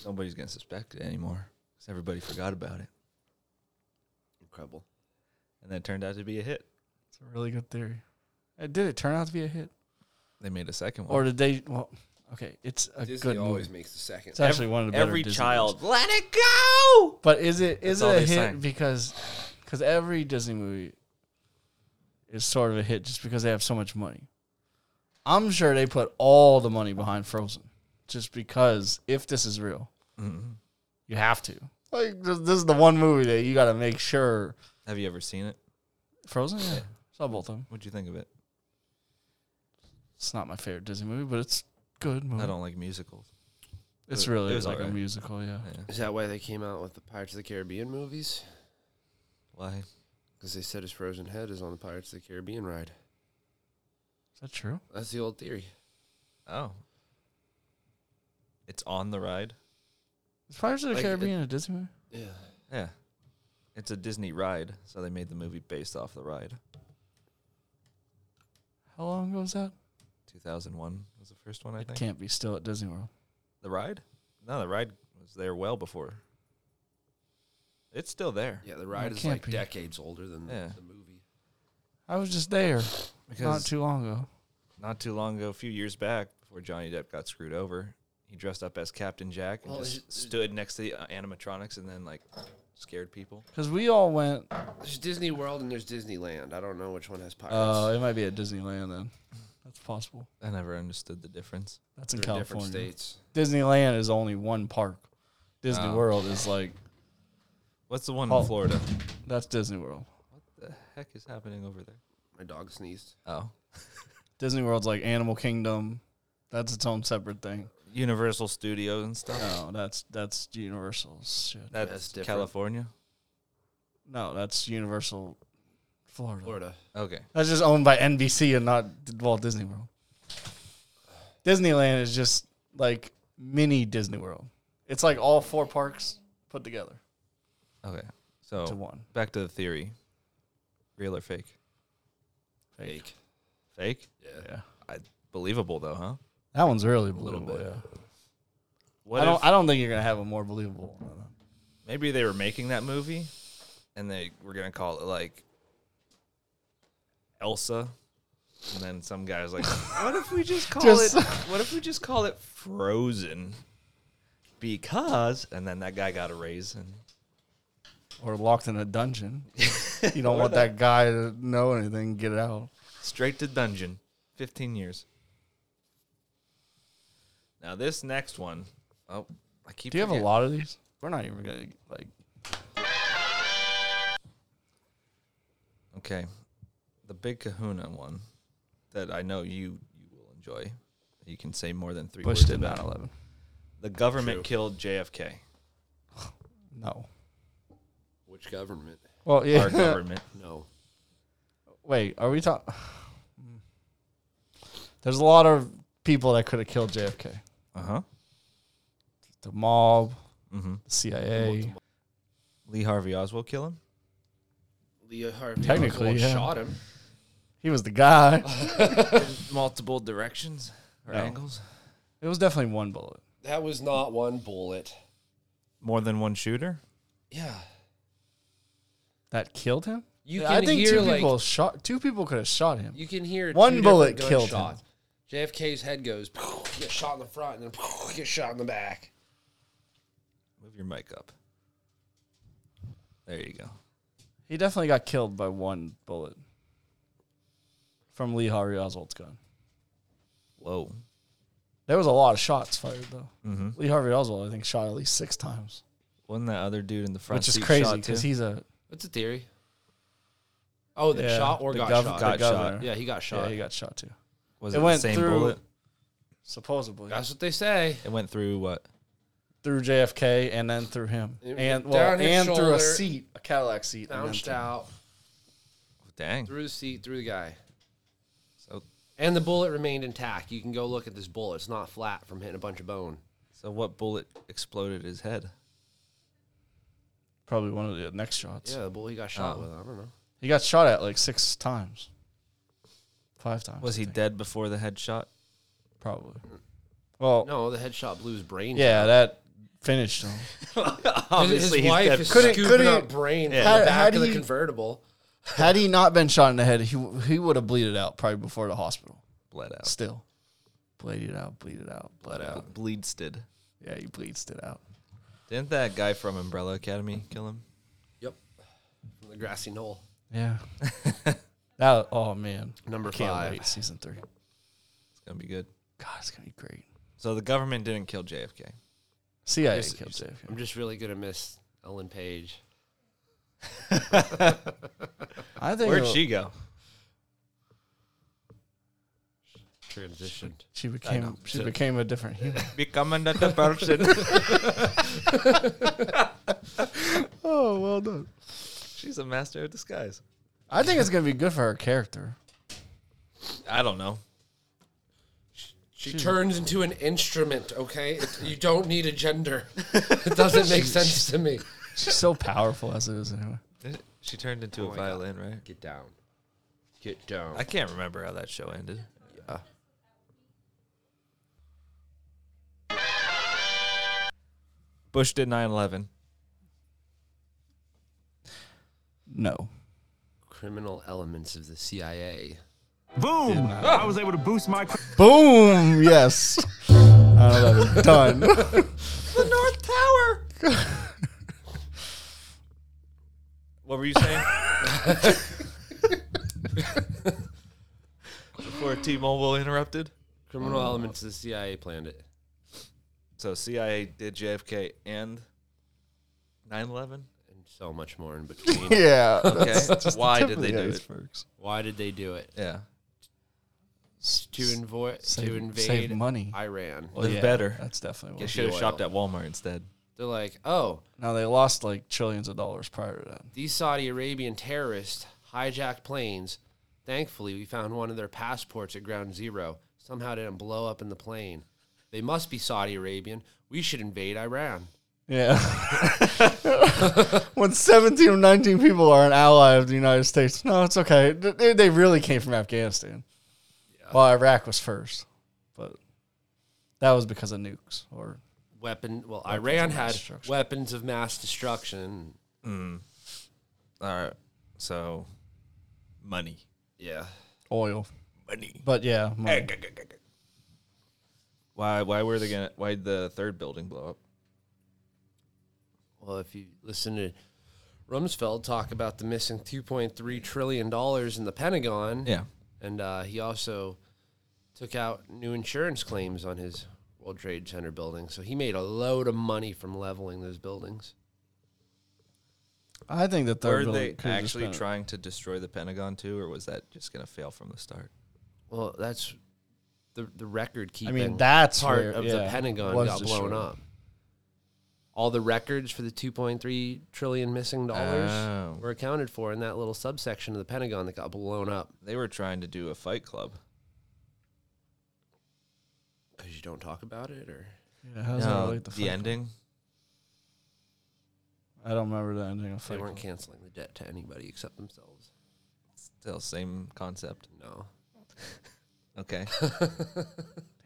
Speaker 1: nobody's gonna suspect it anymore because everybody forgot about it,
Speaker 3: Incredible.
Speaker 1: and that turned out to be a hit.
Speaker 2: it's a really good theory. Uh, Did it turn out to be a hit,
Speaker 1: They made a second one.
Speaker 2: or did they? Well, okay, it's a
Speaker 3: Disney
Speaker 2: good
Speaker 3: always
Speaker 2: movie.
Speaker 3: makes the second.
Speaker 2: It's actually one of the better
Speaker 1: every
Speaker 2: Disney movies.
Speaker 1: child, let it go.
Speaker 2: But is it is
Speaker 1: That's all
Speaker 2: it a
Speaker 1: they
Speaker 2: hit
Speaker 1: sang.
Speaker 2: because because every Disney movie is sort of a hit just because they have so much money. I'm sure they put all the money behind Frozen just because if this is real,
Speaker 1: Mhm.
Speaker 2: you have to. Like this, this is the one movie that you got to make sure
Speaker 1: Have you ever seen it?
Speaker 2: Frozen. Yeah, saw both of them.
Speaker 1: What'd you think of it?
Speaker 2: It's not my favorite Disney movie, but it's good movie.
Speaker 1: I don't like musicals.
Speaker 2: it's
Speaker 1: it-
Speaker 2: really
Speaker 1: it was
Speaker 2: like a
Speaker 1: alright.
Speaker 2: musical. Yeah,
Speaker 1: Yeah.
Speaker 3: Is that why they came out with the Pirates of the Caribbean movies?
Speaker 1: Why?
Speaker 3: Because they said his frozen head is on the Pirates of the Caribbean ride.
Speaker 2: is that true?
Speaker 3: That's the old theory.
Speaker 1: Oh, it's on the ride.
Speaker 2: Is Pirates of the
Speaker 3: Like, it-
Speaker 2: Caribbean a Disney movie?
Speaker 3: Yeah.
Speaker 1: Yeah, it's a Disney ride, so they made the movie based off the ride.
Speaker 2: How long ago was that?
Speaker 1: 2001 was the first one, I
Speaker 2: It
Speaker 1: think.
Speaker 2: can't be still at Disney World.
Speaker 1: The ride? No, the ride was there well before. It's still there.
Speaker 3: Yeah, the ride
Speaker 2: it
Speaker 3: is
Speaker 2: can't
Speaker 3: like
Speaker 2: be.
Speaker 3: decades older than
Speaker 1: Yeah.
Speaker 3: the, the movie.
Speaker 2: I was just there not
Speaker 1: [sighs] Because
Speaker 2: too long ago.
Speaker 1: not too long ago, a few years back, before Johnny Depp got screwed over, he dressed up as Captain Jack and
Speaker 3: Well,
Speaker 1: just
Speaker 3: Oh, it-
Speaker 1: stood next to the uh, animatronics and then like scared people.
Speaker 2: Because we all went.
Speaker 3: There's Disney World and there's Disneyland. I don't know which one has pirates.
Speaker 2: Oh, it might be at Disneyland then. That's possible.
Speaker 1: I never understood the difference.
Speaker 2: That's in
Speaker 3: They're
Speaker 2: California.
Speaker 3: different states.
Speaker 2: Disneyland is only one park. Disney
Speaker 1: Oh.
Speaker 2: World is like
Speaker 1: What's the one
Speaker 2: Oh.
Speaker 1: in Florida?
Speaker 2: that's Disney World.
Speaker 1: What the heck is happening over there?
Speaker 3: My dog sneezed.
Speaker 1: Oh,
Speaker 2: Disney World's like Animal Kingdom. That's its own separate thing.
Speaker 1: Universal Studios and stuff.
Speaker 2: No, that's that's Universal shit.
Speaker 1: That's,
Speaker 3: Oh, That's different.
Speaker 1: California.
Speaker 2: No, that's Universal Florida.
Speaker 3: Florida.
Speaker 1: Okay.
Speaker 2: That's just owned by NBC and not Walt Disney World. Disneyland is just like mini Disney World. It's like all four parks put together
Speaker 1: Okay.
Speaker 2: to
Speaker 1: So
Speaker 2: one.
Speaker 1: back to the theory. Real or fake?
Speaker 2: Fake.
Speaker 3: Fake.
Speaker 1: Fake?
Speaker 3: Yeah.
Speaker 2: Yeah.
Speaker 1: Believable though, huh?
Speaker 2: That one's really
Speaker 3: little
Speaker 2: believable.
Speaker 3: bit.
Speaker 2: Yeah.
Speaker 1: What
Speaker 2: I
Speaker 1: if-
Speaker 2: don't. I don't think you're gonna have a more believable uh, one. than that.
Speaker 1: maybe they were making that movie and they were gonna call it like Elsa. And then some guy's like, [laughs] What if we just call
Speaker 2: Just-
Speaker 1: it what if we just call it Frozen? Because and then that guy got a raise and
Speaker 2: Or locked in a [laughs] dungeon. you don't want that guy to know anything. Get it out.
Speaker 1: straight to dungeon. Fifteen years. Now this next one, oh, I keep
Speaker 2: Do you have a
Speaker 1: forgetting.
Speaker 2: lot of these? We're not even gonna like.
Speaker 1: Okay. The big kahuna one that I know you you will enjoy. You can say more than three
Speaker 2: Bush
Speaker 1: words
Speaker 2: did
Speaker 1: about.
Speaker 2: 9/11.
Speaker 1: The government
Speaker 3: True.
Speaker 1: killed JFK.
Speaker 2: No.
Speaker 3: Which government?
Speaker 2: Well, yeah.
Speaker 1: Our government.
Speaker 3: No.
Speaker 2: [laughs] Wait, are we talking? There's a lot of people that could have killed JFK.
Speaker 1: Uh
Speaker 2: Uh-huh.
Speaker 1: huh.
Speaker 2: The mob,
Speaker 1: Mm-hmm.
Speaker 2: the CIA.
Speaker 3: Multiple-
Speaker 1: Lee Harvey Oswald kill him.
Speaker 3: Lee Harvey
Speaker 2: Technically,
Speaker 3: Oswald
Speaker 2: yeah.
Speaker 3: shot him.
Speaker 2: He was the guy.
Speaker 1: Multiple directions or
Speaker 2: No.
Speaker 1: angles.
Speaker 2: It was definitely one bullet.
Speaker 3: That was not one bullet.
Speaker 1: More than one shooter.
Speaker 3: Yeah.
Speaker 2: That killed him.
Speaker 3: You
Speaker 2: I
Speaker 3: can
Speaker 2: think
Speaker 3: hear,
Speaker 2: two
Speaker 3: like-
Speaker 2: people shot. Two people could have shot him.
Speaker 3: You can hear
Speaker 2: One
Speaker 3: two
Speaker 2: bullet
Speaker 3: different
Speaker 2: killed
Speaker 3: gunshots. JFK's head goes, [laughs] get shot in the front, and then [laughs] get shot in the back.
Speaker 1: Move your mic up. There you go.
Speaker 2: He definitely got killed by one bullet from Lee Harvey Oswald's gun.
Speaker 1: Whoa.
Speaker 2: There was a lot of shots fired though.
Speaker 1: Mm-hmm.
Speaker 2: Lee Harvey Oswald, I think, shot at least six times,
Speaker 1: Wasn't that other dude in the front
Speaker 2: which is
Speaker 1: seat
Speaker 2: crazy
Speaker 1: shot too?
Speaker 2: because he's a
Speaker 3: That's a theory. Oh, the
Speaker 2: yeah,
Speaker 3: shot or
Speaker 2: the
Speaker 3: got
Speaker 2: gov-
Speaker 3: shot?
Speaker 2: the
Speaker 1: Got shot.
Speaker 2: governor.
Speaker 3: Yeah, he got
Speaker 2: Yeah,
Speaker 3: shot.
Speaker 2: he got shot too.
Speaker 1: was
Speaker 2: it
Speaker 1: it, the
Speaker 2: went
Speaker 1: same
Speaker 2: through-
Speaker 1: bullet?
Speaker 2: Supposedly
Speaker 3: That's what they say.
Speaker 1: It went through what?
Speaker 2: through JFK and then through him,
Speaker 3: It-
Speaker 2: and
Speaker 3: down
Speaker 2: well,
Speaker 3: his
Speaker 2: and through
Speaker 3: shoulder.
Speaker 2: a seat, a Cadillac seat, and then
Speaker 3: Bounced
Speaker 2: through-
Speaker 3: out
Speaker 1: Dang.
Speaker 3: through the seat, through the guy,
Speaker 1: So
Speaker 3: and the bullet remained intact. You can go look at this bullet; it's not flat from hitting a bunch of bone.
Speaker 1: so what bullet exploded his head?
Speaker 2: Probably one of the next shots.
Speaker 3: Yeah, the bullet he got shot
Speaker 1: Oh.
Speaker 3: with. I don't know.
Speaker 2: He got shot at like six times. Five times.
Speaker 1: Was
Speaker 2: I
Speaker 1: he
Speaker 2: think.
Speaker 1: dead before the headshot?
Speaker 2: Probably. Well,
Speaker 3: No, the headshot blew his brain.
Speaker 2: yeah, that finished him.
Speaker 3: His- his wife is
Speaker 2: Couldn't-
Speaker 3: scooping
Speaker 2: couldn't-
Speaker 3: up brain from
Speaker 2: How-
Speaker 3: the
Speaker 2: how
Speaker 3: back
Speaker 2: do
Speaker 3: of the
Speaker 2: you-
Speaker 3: convertible.
Speaker 2: Had he not been shot in the head, he w- he would have bleeded out probably before the hospital.
Speaker 1: Bled out.
Speaker 2: Still, bleeded out, bleeded out, bled out.
Speaker 1: Bleedsted.
Speaker 2: Yeah, he bleeds it out.
Speaker 1: Didn't that guy from Umbrella Academy kill him?
Speaker 3: Yep. From the grassy knoll.
Speaker 2: Yeah. [laughs] that oh man,
Speaker 3: Number
Speaker 2: I can't
Speaker 3: five.
Speaker 2: wait season three.
Speaker 1: It's gonna be good.
Speaker 2: God, it's gonna be great.
Speaker 1: So the government didn't kill JFK.
Speaker 2: CIA
Speaker 3: Yes,
Speaker 2: killed JFK.
Speaker 3: I'm just really gonna miss Ellen Page.
Speaker 2: I think
Speaker 1: Where'd
Speaker 2: it'll-
Speaker 1: she go?
Speaker 3: Transitioned.
Speaker 2: She became she became a different human.
Speaker 1: Become another person.
Speaker 2: oh, well done.
Speaker 1: [laughs] She's a master of disguise.
Speaker 2: I think it's gonna be good for her character.
Speaker 1: I don't know.
Speaker 3: She turns into an instrument. Okay, It- you don't need a [laughs] gender. It doesn't make sense to me.
Speaker 2: She's so powerful as it is anyway.
Speaker 1: She turned into a
Speaker 3: my God.
Speaker 1: violin, right?
Speaker 3: Get down. Get down.
Speaker 1: I can't remember how that show ended. Bush did 9 11.
Speaker 2: No.
Speaker 3: Criminal elements of the CIA.
Speaker 4: Boom! I was able to boost my.
Speaker 2: Boom! [laughs] Yes. I don't know, that was [laughs] done.
Speaker 1: The North Tower! what were you saying? [laughs] Before T Mobile interrupted?
Speaker 3: Criminal elements of the CIA planned it.
Speaker 1: So CIA did JFK and 9 [laughs] 11?
Speaker 3: And so much more in [laughs] between.
Speaker 2: [laughs] yeah.
Speaker 1: Okay.
Speaker 2: that's just the
Speaker 1: Why
Speaker 2: tip
Speaker 1: did
Speaker 2: of
Speaker 1: they
Speaker 2: the
Speaker 1: do it?
Speaker 2: icebergs.
Speaker 3: Why did they do it?
Speaker 1: Yeah.
Speaker 3: To invo-
Speaker 2: Save-
Speaker 3: to
Speaker 2: save
Speaker 3: invade
Speaker 2: money.
Speaker 3: Iran.
Speaker 1: Live better.
Speaker 2: That's definitely
Speaker 1: You
Speaker 2: what.
Speaker 1: should have
Speaker 3: oil.
Speaker 1: shopped at Walmart instead.
Speaker 3: They're like, oh,
Speaker 2: Now they lost like trillions of dollars prior to that.
Speaker 3: these Saudi Arabian terrorists hijacked planes. Thankfully, we found one of their passports at ground zero. Somehow it didn't blow up in the plane. They must be Saudi Arabian. We should invade Iran.
Speaker 2: [laughs] Yeah. when 17 or 19 people are an ally of the United States, no, it's okay. They, they really came from Afghanistan. Well, Iraq was first, but that was because of nukes or
Speaker 3: Weapon. Well, Iran
Speaker 2: mass
Speaker 3: had
Speaker 2: destruction.
Speaker 3: weapons of mass destruction.
Speaker 1: All right. So, money.
Speaker 3: Yeah.
Speaker 2: oil.
Speaker 1: Money.
Speaker 2: But yeah, money.
Speaker 1: Why? Why were they gonna? Why would the third building blow up?
Speaker 3: Well, if you listen to Rumsfeld talk about the missing 2.3 trillion dollars in the Pentagon,
Speaker 1: Yeah.
Speaker 3: and uh, he also took out new insurance claims on his World Trade Center building. So he made a load of money from leveling those buildings.
Speaker 2: I think the third
Speaker 1: were
Speaker 2: building
Speaker 1: they
Speaker 2: could've just
Speaker 1: actually
Speaker 2: been-
Speaker 1: trying to destroy the Pentagon too, or was that just gonna fail from the start?
Speaker 3: Well, that's the the record
Speaker 2: I
Speaker 3: keeping.
Speaker 2: mean, that's
Speaker 3: part
Speaker 2: where-
Speaker 3: of
Speaker 2: yeah,
Speaker 3: the Pentagon
Speaker 2: was
Speaker 3: got blown
Speaker 2: destroyed.
Speaker 3: up. All the records for the 2.3 trillion missing dollars
Speaker 1: Oh.
Speaker 3: were accounted for in that little subsection of the Pentagon that got blown up
Speaker 1: They were trying to do a Fight Club.
Speaker 3: because you don't talk about it or.
Speaker 2: Yeah, how does that
Speaker 1: No,
Speaker 2: relate
Speaker 1: the
Speaker 2: to Fight Club?
Speaker 1: ending.
Speaker 2: I don't remember the ending of
Speaker 3: They
Speaker 2: Fight
Speaker 3: weren't
Speaker 2: Club.
Speaker 3: canceling the debt to anybody except themselves.
Speaker 1: Still same concept.
Speaker 3: No.
Speaker 1: Okay.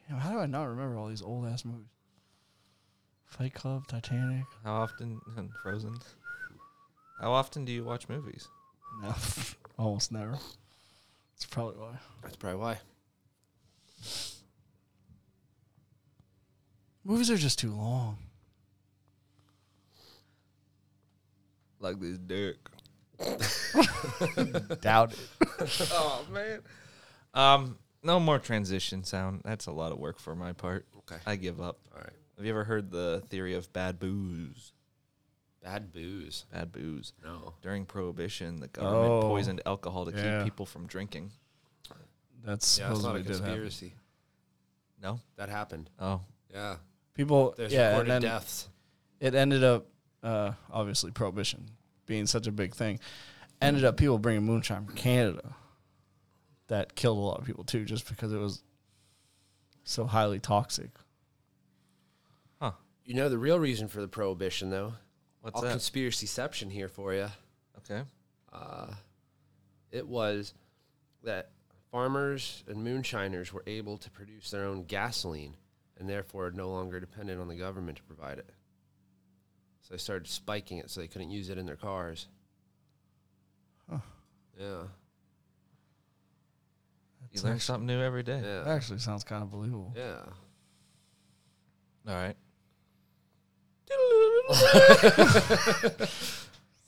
Speaker 2: Damn, how do I not remember all these old ass movies? Fight Club, Titanic.
Speaker 1: How often? [laughs] Frozen. How often do you watch movies?
Speaker 2: No, [laughs] almost never. That's probably why.
Speaker 3: That's probably why.
Speaker 2: Movies are just too long.
Speaker 1: Like this dick.
Speaker 2: [laughs] Doubt it.
Speaker 1: oh man. Um, no more transition sound. That's a lot of work for my part.
Speaker 3: Okay.
Speaker 1: I give up.
Speaker 3: All right.
Speaker 1: Have you ever heard the theory of bad booze?
Speaker 3: Bad booze.
Speaker 1: Bad booze.
Speaker 3: No.
Speaker 1: During Prohibition, the government
Speaker 2: Oh,
Speaker 1: poisoned alcohol to
Speaker 2: yeah.
Speaker 1: keep people from drinking.
Speaker 2: That's
Speaker 3: Yeah, it's not a
Speaker 2: supposedly did happen.
Speaker 3: conspiracy.
Speaker 1: No?
Speaker 3: That happened.
Speaker 1: Oh.
Speaker 3: Yeah.
Speaker 2: People,
Speaker 3: There's
Speaker 2: yeah, and
Speaker 3: recorded
Speaker 2: then
Speaker 3: deaths.
Speaker 2: it ended up uh, obviously prohibition being such a big thing. Ended up people bringing moonshine from Canada. That killed a lot of people too, just because it was so highly toxic.
Speaker 3: You know the real reason for the prohibition, though.
Speaker 1: What's
Speaker 3: All
Speaker 1: that?
Speaker 3: conspiracyception here for you.
Speaker 1: okay.
Speaker 3: It was Uh, that farmers and moonshiners were able to produce their own gasoline and therefore no longer dependent on the government to provide it. So they started spiking it so they couldn't use it in their cars. Yeah.
Speaker 1: You learn something new every day.
Speaker 2: That
Speaker 3: Yeah.
Speaker 2: actually sounds kind of believable.
Speaker 3: Yeah.
Speaker 1: All right.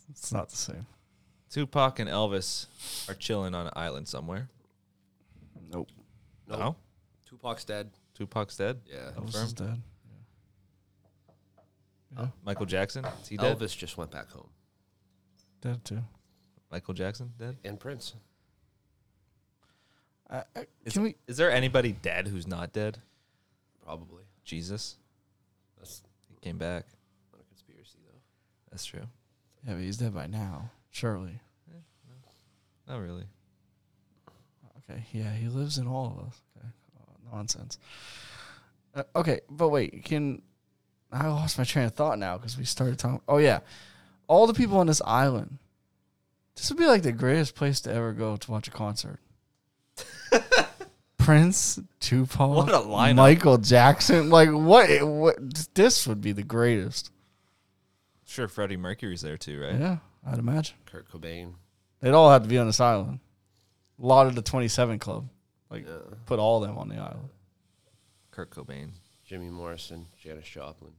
Speaker 2: It's not the same.
Speaker 1: Tupac and Elvis are chilling on an island somewhere.
Speaker 2: Nope.
Speaker 3: No.
Speaker 1: No?
Speaker 3: Tupac's dead.
Speaker 1: Tupac's dead?
Speaker 3: Yeah.
Speaker 2: Elvis is dead.
Speaker 1: Michael Jackson? Is he dead?
Speaker 3: Elvis just went back home.
Speaker 2: Dead too.
Speaker 1: Michael Jackson dead?
Speaker 3: And Prince.
Speaker 2: I, I, Uh, can we?
Speaker 1: Is there anybody dead who's not dead?
Speaker 3: Probably.
Speaker 1: Jesus.
Speaker 3: That's
Speaker 1: He came back.
Speaker 3: not a conspiracy though.
Speaker 1: That's true.
Speaker 2: Yeah, but he's dead by now, surely.
Speaker 1: Not really.
Speaker 2: Okay. Yeah, he lives in all of us. Okay. Oh, nonsense. Uh, okay, but wait, can I lost my train of thought now because we started talking? Oh yeah, all the people on this island. This would be like the greatest place to ever go to watch a concert.
Speaker 1: [laughs]
Speaker 2: Prince, Tupac,
Speaker 1: What a lineup.
Speaker 2: Michael Jackson. Like what? What? This would be the greatest.
Speaker 1: Sure, Freddie Mercury's there too, right?
Speaker 2: Yeah, I'd imagine.
Speaker 3: Kurt Cobain.
Speaker 2: They'd all have to be on this island. A lot of the 27 Club. Like,
Speaker 3: Yeah.
Speaker 2: put all of them on the island.
Speaker 1: Kurt Cobain.
Speaker 3: Jimmy Morrison. Janis Joplin.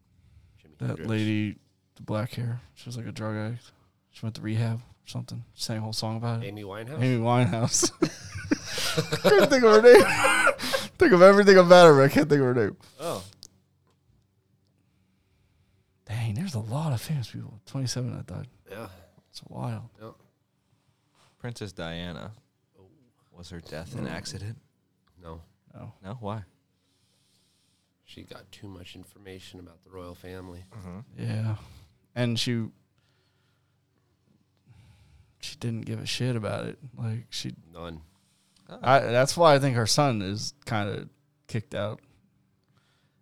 Speaker 3: Jimmy
Speaker 2: That
Speaker 3: Hendrix.
Speaker 2: lady, the black hair, she was like a drug addict. She went to rehab or something. Sang a whole song about it.
Speaker 3: Amy Winehouse.
Speaker 2: Amy Winehouse. [laughs] couldn't think of her name. think of everything about her, but I can't think of her name.
Speaker 1: Oh.
Speaker 2: Dang, there's a lot of famous people. 27 that died.
Speaker 3: Yeah.
Speaker 2: It's wild.
Speaker 3: Yeah.
Speaker 1: Princess Diana. Was her death an accident?
Speaker 3: No.
Speaker 2: No.
Speaker 1: No? Why?
Speaker 3: She got too much information about the royal family.
Speaker 1: Mm-hmm.
Speaker 2: Yeah. And she she didn't give a shit about it. Like she
Speaker 3: None.
Speaker 2: I, that's why I think her son is kind of kicked out.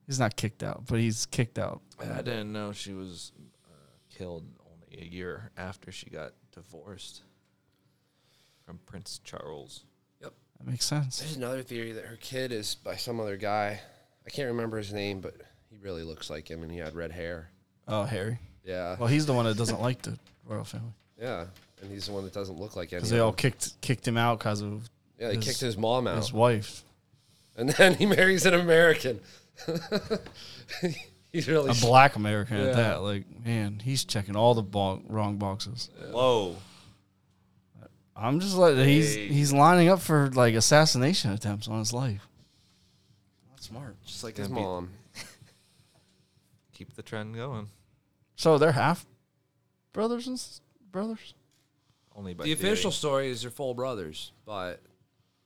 Speaker 2: He's not kicked out, but he's kicked out.
Speaker 1: I didn't know she was uh, killed only a year after she got divorced from Prince Charles.
Speaker 2: That makes sense.
Speaker 3: There's another theory that her kid is by some other guy. I can't remember his name, but he really looks like him and he had red hair.
Speaker 2: Oh, Harry.
Speaker 3: Yeah.
Speaker 2: Well, he's the one that doesn't like the royal family
Speaker 3: Yeah. And he's the one that doesn't look like any
Speaker 2: because
Speaker 3: of
Speaker 2: they all
Speaker 3: them.
Speaker 2: kicked kicked him out because of
Speaker 3: Yeah, they
Speaker 2: his-
Speaker 3: kicked his mom out.
Speaker 2: his wife.
Speaker 3: and [laughs] then he marries an American. [laughs] he's really
Speaker 2: A black American
Speaker 3: Yeah.
Speaker 2: at that. Like, man, he's checking all the bo- wrong boxes.
Speaker 1: Whoa.
Speaker 2: I'm just like he's
Speaker 1: Hey.
Speaker 2: he's lining up for like assassination attempts on his life. Not smart.
Speaker 3: just like his
Speaker 1: gonna be-
Speaker 3: mom.
Speaker 1: Keep the trend going.
Speaker 2: So they're half brothers and s- brothers.
Speaker 1: Only by
Speaker 3: The
Speaker 1: theory.
Speaker 3: official story is they're full brothers, but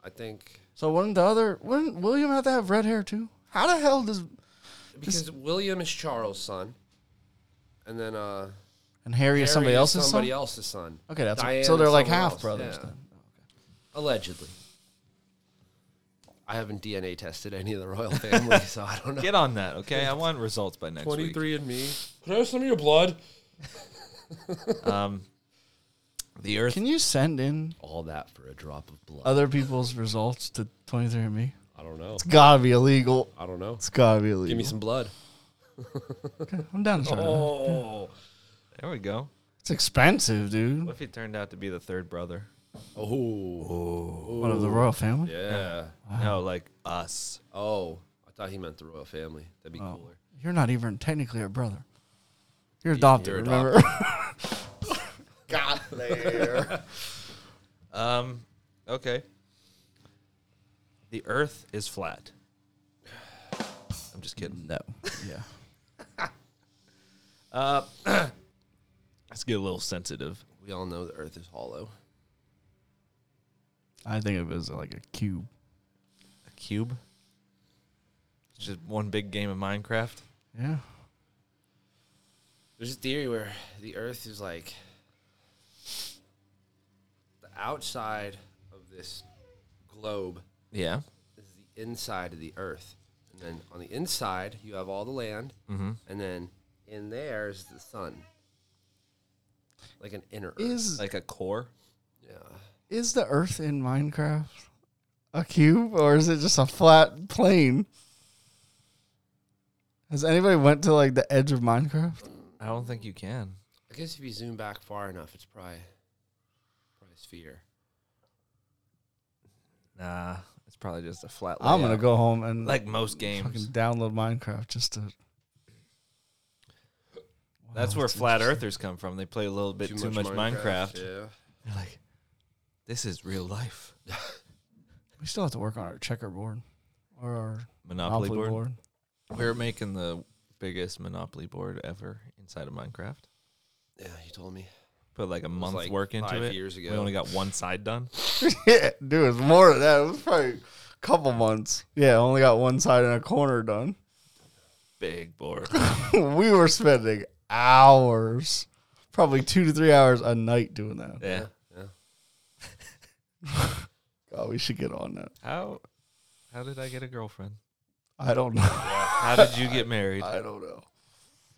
Speaker 3: I think
Speaker 2: So wouldn't the other wouldn't William have to have red hair too? How the hell does
Speaker 3: because William is Charles' son, and then uh,
Speaker 2: and Harry, is somebody
Speaker 3: Harry
Speaker 2: else's
Speaker 3: somebody
Speaker 2: son?
Speaker 3: else's son.
Speaker 2: Okay, that's
Speaker 3: Diane
Speaker 2: so
Speaker 3: is
Speaker 2: they're like
Speaker 3: someone
Speaker 2: half
Speaker 3: else,
Speaker 2: brothers.
Speaker 3: yeah.
Speaker 2: Then.
Speaker 3: Allegedly. I haven't DNA tested any of the royal family, [laughs] so I don't know.
Speaker 1: Get on that, [laughs] okay? I want results by next week.
Speaker 3: 23 and me. Can I have some of your blood?
Speaker 1: Um, the Earth.
Speaker 2: Can you send in
Speaker 3: All that for a drop of blood.
Speaker 2: other people's results to 23andMe?
Speaker 3: I don't know.
Speaker 2: It's gotta be illegal.
Speaker 3: I don't know.
Speaker 2: It's gotta be illegal.
Speaker 3: Give me some blood.
Speaker 2: I'm down to try that.
Speaker 3: Oh.
Speaker 1: There we go.
Speaker 2: It's expensive, dude.
Speaker 1: What if he turned out to be the third brother?
Speaker 3: Oh.
Speaker 2: One of the royal family.
Speaker 3: Yeah.
Speaker 1: No, like us.
Speaker 3: Oh. I thought he meant the royal family. That'd be
Speaker 2: Oh.
Speaker 3: cooler.
Speaker 2: You're not even technically a brother. You're adopted.
Speaker 3: you're
Speaker 2: remember? [laughs]
Speaker 3: God there.
Speaker 1: Um, okay. The Earth is flat. [sighs] I'm just kidding.
Speaker 2: no. Yeah.
Speaker 1: Let's get a little sensitive.
Speaker 3: we all know the earth is hollow.
Speaker 2: I think it was like a cube.
Speaker 1: A cube. It's just one big game of Minecraft.
Speaker 2: Yeah.
Speaker 3: There's a theory where the Earth is like the outside of this globe
Speaker 1: Yeah.
Speaker 3: is the inside of the Earth, and then on the inside you have all the land,
Speaker 1: Mm-hmm.
Speaker 3: and then in there is the sun, like an inner Earth.
Speaker 2: Is
Speaker 1: Like a core.
Speaker 3: yeah,
Speaker 2: is the Earth in Minecraft? a cube or is it just a flat plane? Has anybody went to like the edge of Minecraft?
Speaker 1: I don't think you can.
Speaker 3: I guess if you zoom back far enough, it's probably probably a sphere.
Speaker 1: Nah, it's probably just a flat.
Speaker 2: I'm gonna
Speaker 1: layout.
Speaker 2: go home and
Speaker 1: Oh, like most
Speaker 2: fucking
Speaker 1: games.
Speaker 2: download Minecraft just to.
Speaker 1: That's
Speaker 2: Wow,
Speaker 1: where
Speaker 2: it's
Speaker 1: flat
Speaker 2: interesting.
Speaker 1: earthers come from. They play a little bit too, much, Minecraft. They're like, this is real life.
Speaker 2: We still have to work on our checkerboard or our
Speaker 1: Monopoly,
Speaker 2: Monopoly
Speaker 1: board.
Speaker 2: board. [laughs]
Speaker 1: We're making the biggest Monopoly board ever inside of Minecraft.
Speaker 3: Yeah. yeah, you told me.
Speaker 1: Put like a
Speaker 3: was
Speaker 1: month
Speaker 3: like
Speaker 1: work into
Speaker 3: five
Speaker 1: it.
Speaker 3: years
Speaker 1: We
Speaker 3: ago.
Speaker 1: only got one side done.
Speaker 2: yeah, dude, it's more than that. It was probably a couple months. Yeah, only got one side and a corner done.
Speaker 1: Big [laughs] board.
Speaker 2: [laughs] we were spending hours, probably two to three hours a night doing that.
Speaker 1: yeah.
Speaker 3: Yeah.
Speaker 2: God, we should get on that.
Speaker 1: How how did I get a girlfriend?
Speaker 2: I
Speaker 1: [laughs]
Speaker 2: don't know.
Speaker 1: How did you get [laughs] married?
Speaker 2: I don't know.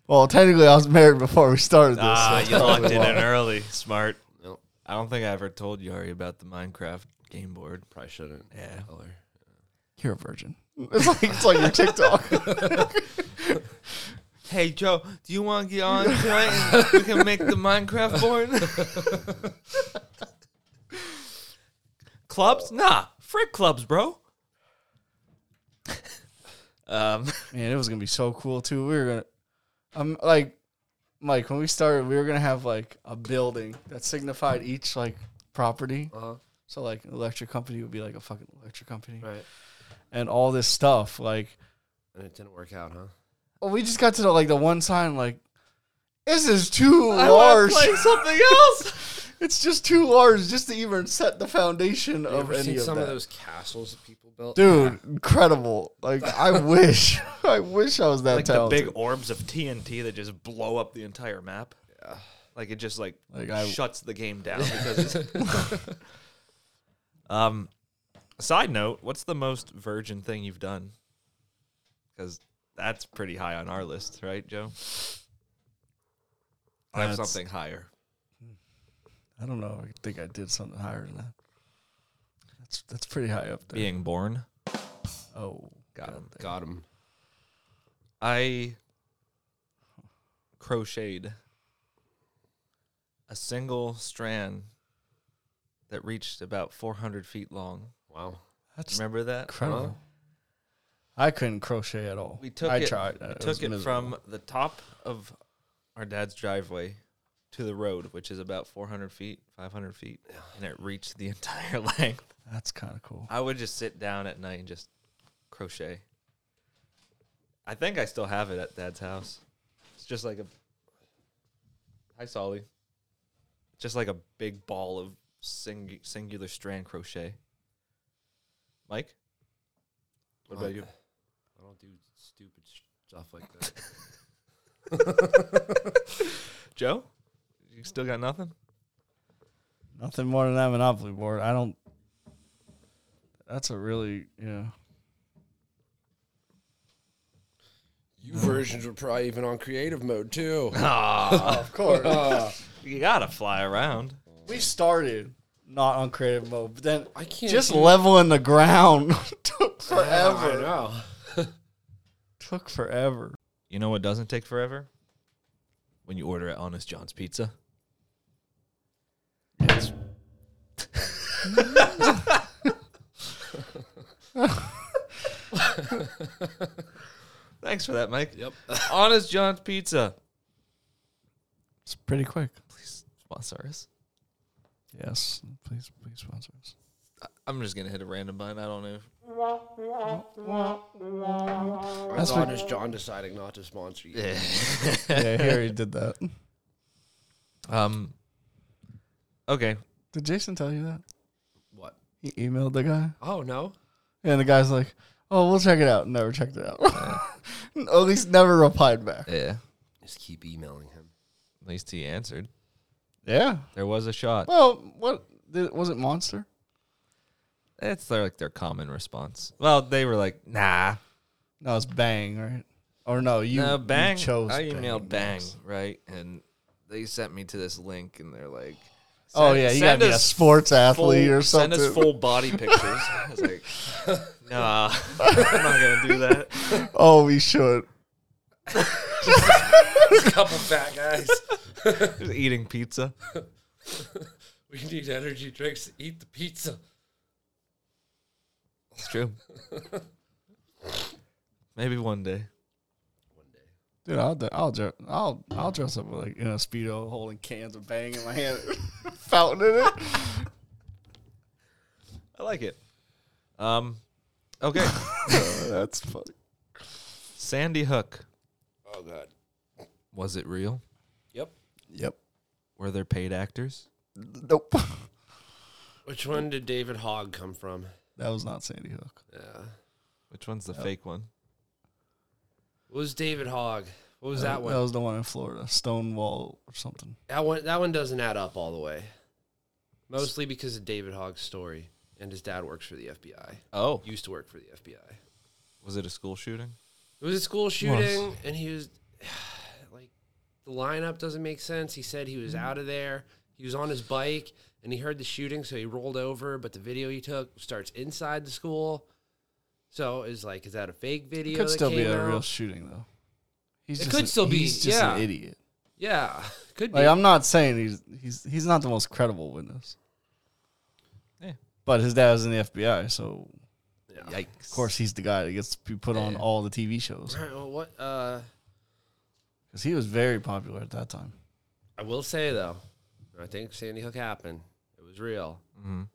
Speaker 2: Well, technically, I was married before we started this.
Speaker 1: Ah,
Speaker 2: so
Speaker 1: you locked it
Speaker 2: probably
Speaker 1: in
Speaker 2: why.
Speaker 1: early. Smart.
Speaker 3: No,
Speaker 1: I don't think I ever told Yari about the Minecraft game board.
Speaker 3: probably shouldn't.
Speaker 1: Yeah.
Speaker 3: Color.
Speaker 2: You're a virgin. [laughs] It's like it's like your TikTok.
Speaker 1: Hey Joe, do you want to get on to it? and We can make the Minecraft board. clubs? Nah, frick clubs, bro. um,
Speaker 2: [laughs] Man, it was gonna be so cool too. We were gonna, I'm like, Mike, when we started, we were gonna have like a building that signified each like property.
Speaker 3: Uh huh.
Speaker 2: So like, an electric company would be like a fucking electric company,
Speaker 3: Right.
Speaker 2: and all this stuff. Like,
Speaker 3: And it didn't work out, huh?
Speaker 2: well, we just got to the, like the one sign. Like, this is too
Speaker 1: [laughs] [laughs] I want
Speaker 2: large.
Speaker 1: to play something else.
Speaker 2: [laughs] it's just too large just to even set the foundation
Speaker 3: You
Speaker 2: of
Speaker 3: ever
Speaker 2: any
Speaker 3: seen
Speaker 2: of
Speaker 3: some
Speaker 2: that.
Speaker 3: of those castles that people built?
Speaker 2: Dude, incredible!
Speaker 1: [laughs]
Speaker 2: Like, I wish, I wish I was that
Speaker 1: like the
Speaker 2: talented.
Speaker 1: big orbs of TNT that just blow up the entire map. Like it just like,
Speaker 2: Like, I-
Speaker 1: shuts the game down because it's Um side note, what's the most virgin thing you've done? Cuz that's pretty high on our list, right, Joe? I have
Speaker 2: That's-
Speaker 1: something higher.
Speaker 2: I don't know. I think I did something higher than that. That's that's pretty high up there.
Speaker 1: Being born.
Speaker 2: Oh,
Speaker 1: Got him.
Speaker 3: Got him.
Speaker 1: I crocheted a single strand that reached about 400 feet long.
Speaker 3: Wow.
Speaker 2: that's
Speaker 1: Remember that?
Speaker 2: incredible. I couldn't crochet at all.
Speaker 1: We took
Speaker 2: I
Speaker 1: it.
Speaker 2: tried.
Speaker 1: We
Speaker 2: Uh, It was
Speaker 1: took it
Speaker 2: miserable.
Speaker 1: from the top of our dad's driveway to the road, which is about 400 feet, 500 feet, and it reached the [laughs] entire length.
Speaker 2: That's kind of cool.
Speaker 1: I would just sit down at night and just crochet. I think I still have it at dad's house. It's just like a Hi Solly. Just like a big ball of sing- singular strand crochet. Mike? What about
Speaker 3: I-
Speaker 1: you?
Speaker 3: I don't do stupid sh- stuff like that.
Speaker 1: Joe? You still got
Speaker 2: [laughs]
Speaker 1: nothing? [laughs]
Speaker 2: Nothing more than that monopoly board. I don't. That's a really yeah.
Speaker 3: [laughs] you versions were probably even on creative mode too.
Speaker 2: Oh, Of [laughs] course,
Speaker 1: You gotta fly around.
Speaker 2: we started not on creative mode, but then
Speaker 3: I can't
Speaker 2: just
Speaker 3: do-
Speaker 2: leveling the ground [laughs] took
Speaker 3: I
Speaker 2: forever.
Speaker 3: know.
Speaker 2: took forever.
Speaker 1: You know what doesn't take forever? When you order at Honest John's Pizza. It's- [laughs] Thanks for that, Mike. [laughs]
Speaker 3: Yep.
Speaker 1: Honest John's Pizza.
Speaker 2: It's pretty quick.
Speaker 1: Please sponsor us.
Speaker 2: Yes, please, please sponsor us.
Speaker 1: I'm just gonna hit a random button. I don't know.
Speaker 3: That's
Speaker 2: what-
Speaker 3: not just John deciding not to sponsor you.
Speaker 2: [laughs] yeah, Harry did that.
Speaker 1: Um. Okay.
Speaker 2: Did Jason tell you that?
Speaker 3: What?
Speaker 2: He emailed the guy,
Speaker 3: Oh no.
Speaker 2: and the guy's like, "Oh, we'll check it out." Never checked it out. [laughs] At least never replied back.
Speaker 1: Yeah.
Speaker 3: Just keep emailing him.
Speaker 1: At least he answered.
Speaker 2: Yeah.
Speaker 1: There was a shot.
Speaker 2: Well, what did, was it? Monster?
Speaker 1: It's their, like their common response. Well, they were like, "Nah,
Speaker 2: No, it's Bang, right? Or no, you,
Speaker 1: no,
Speaker 2: you
Speaker 1: bang.
Speaker 2: chose.
Speaker 1: I emailed bang,
Speaker 2: next.
Speaker 1: right, and they sent me to this link, and they're like,
Speaker 2: oh yeah, you
Speaker 1: send
Speaker 2: gotta be a
Speaker 1: us
Speaker 2: sports athlete
Speaker 1: full-
Speaker 2: or
Speaker 1: Send
Speaker 2: something.
Speaker 1: us full body pictures. I was
Speaker 2: [laughs]
Speaker 1: like, nah, I'm not gonna do that.
Speaker 2: oh, we should.
Speaker 3: [laughs] A couple fat guys.
Speaker 1: Just eating pizza.
Speaker 3: [laughs] We need energy drinks to eat the pizza.
Speaker 1: It's true. Maybe one day.
Speaker 2: Dude, I'll dre- I'll dre- I'll I'll dress up like in a speedo, holding cans with bang in my hand, [laughs] fountain in [laughs] it.
Speaker 1: I like it. Um, okay.
Speaker 2: Oh, That's funny.
Speaker 1: Sandy Hook.
Speaker 3: Oh god.
Speaker 1: Was it real?
Speaker 3: Yep.
Speaker 2: Yep.
Speaker 1: Were there paid actors?
Speaker 2: Nope.
Speaker 3: Which one did David Hogg come from?
Speaker 2: That was not Sandy Hook.
Speaker 3: Yeah.
Speaker 1: Which one's the fake one?
Speaker 3: What was David Hogg? What was that one?
Speaker 2: That was the one in Florida, Stonewall or something.
Speaker 3: That one that one doesn't add up all the way. Mostly because of David Hogg's story and his dad works for the FBI.
Speaker 1: Oh,
Speaker 3: Used to work for the FBI.
Speaker 1: was it a school shooting?
Speaker 3: It was a school shooting and he was [sighs] like the lineup doesn't make sense. He said he was
Speaker 2: Mm-hmm.
Speaker 3: out of there. He was on his bike and he heard the shooting so he rolled over, but the video he took starts inside the school. So it's like is that a fake
Speaker 2: It
Speaker 3: video?
Speaker 2: could
Speaker 3: that
Speaker 2: still be
Speaker 3: came
Speaker 2: a real
Speaker 3: out?
Speaker 2: shooting though. He's
Speaker 3: It
Speaker 2: just
Speaker 3: could
Speaker 2: an-
Speaker 3: still be,
Speaker 2: He's just
Speaker 3: yeah.
Speaker 2: an idiot.
Speaker 3: Yeah. [laughs] Could be.
Speaker 2: Like I'm not saying he's he's he's not the most credible witness.
Speaker 1: Yeah.
Speaker 2: But his dad was in the FBI, so
Speaker 3: Yeah.
Speaker 1: Yikes!
Speaker 2: of course he's the guy that gets to be put on
Speaker 3: Yeah.
Speaker 2: all the TV shows
Speaker 3: All right, [laughs] well, what uh
Speaker 2: because he was very popular at that time.
Speaker 3: I will say though, I think Sandy Hook happened. It was real.
Speaker 1: Mhm.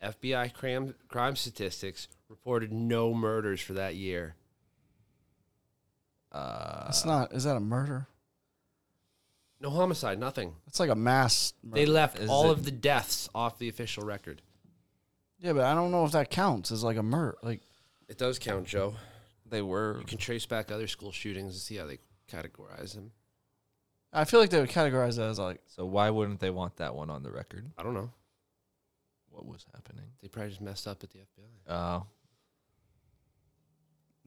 Speaker 3: The FBI crime, crime statistics reported no murders for that year.
Speaker 1: Uh,
Speaker 2: That's not. Is that a murder?
Speaker 3: No homicide, nothing.
Speaker 2: That's like a mass. Murder.
Speaker 3: They left
Speaker 1: Is
Speaker 3: all
Speaker 1: it-
Speaker 3: of the deaths off the official record.
Speaker 2: yeah, but I don't know if that counts as like a murder. Like
Speaker 3: It does count, Joe.
Speaker 1: they were.
Speaker 3: You can trace back other school shootings and see how they categorize them.
Speaker 2: I feel like they would categorize that as like
Speaker 1: So why wouldn't they want that one on the record?
Speaker 3: I don't know.
Speaker 1: What was happening?
Speaker 3: They probably just messed up at the FBI.
Speaker 1: Oh,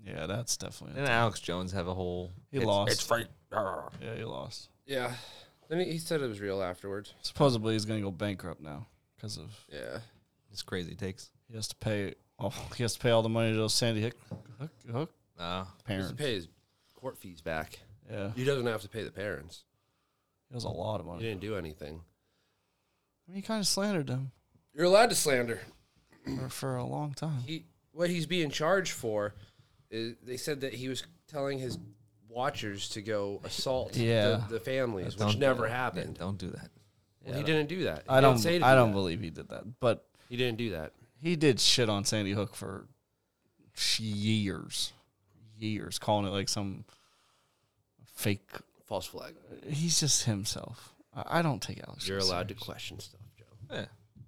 Speaker 2: yeah, that's definitely.
Speaker 1: didn't Alex Jones have a whole?
Speaker 2: He lost.
Speaker 1: fake.
Speaker 2: yeah, he lost.
Speaker 3: Yeah. Then he said it was real afterwards.
Speaker 2: Supposedly he's gonna go bankrupt now because of
Speaker 3: Yeah.
Speaker 1: It's crazy takes.
Speaker 2: he has to pay. Oh, he has to pay all [laughs] the money to those Sandy Hook Hook, Hook
Speaker 1: Uh,
Speaker 3: He has
Speaker 2: parents.
Speaker 3: to pay his court fees back.
Speaker 2: Yeah,
Speaker 3: He doesn't have to pay the parents.
Speaker 2: it was a lot of
Speaker 3: He
Speaker 2: money.
Speaker 3: didn't do anything.
Speaker 2: I mean, he kind of slandered them
Speaker 3: You're allowed to slander.
Speaker 2: for, for a long time.
Speaker 3: he what he's being charged for is they said that he was telling his watchers to go assault
Speaker 2: Yeah.
Speaker 3: the, the families,
Speaker 1: don't
Speaker 3: which
Speaker 1: do
Speaker 3: never
Speaker 1: that.
Speaker 3: happened.
Speaker 1: Yeah, don't do that.
Speaker 3: well, he didn't do that.
Speaker 2: I
Speaker 3: He didn't
Speaker 2: don't.
Speaker 3: say to
Speaker 2: I
Speaker 3: do
Speaker 2: don't
Speaker 3: that.
Speaker 2: believe he did that, but
Speaker 3: He didn't do that.
Speaker 2: he did shit on Sandy Hook for years, years, calling it like some fake.
Speaker 3: False flag.
Speaker 2: He's just himself. I, I don't take Alex.
Speaker 3: You're
Speaker 2: Jones
Speaker 3: allowed to
Speaker 2: serious.
Speaker 3: question stuff, Joe.
Speaker 1: Yeah.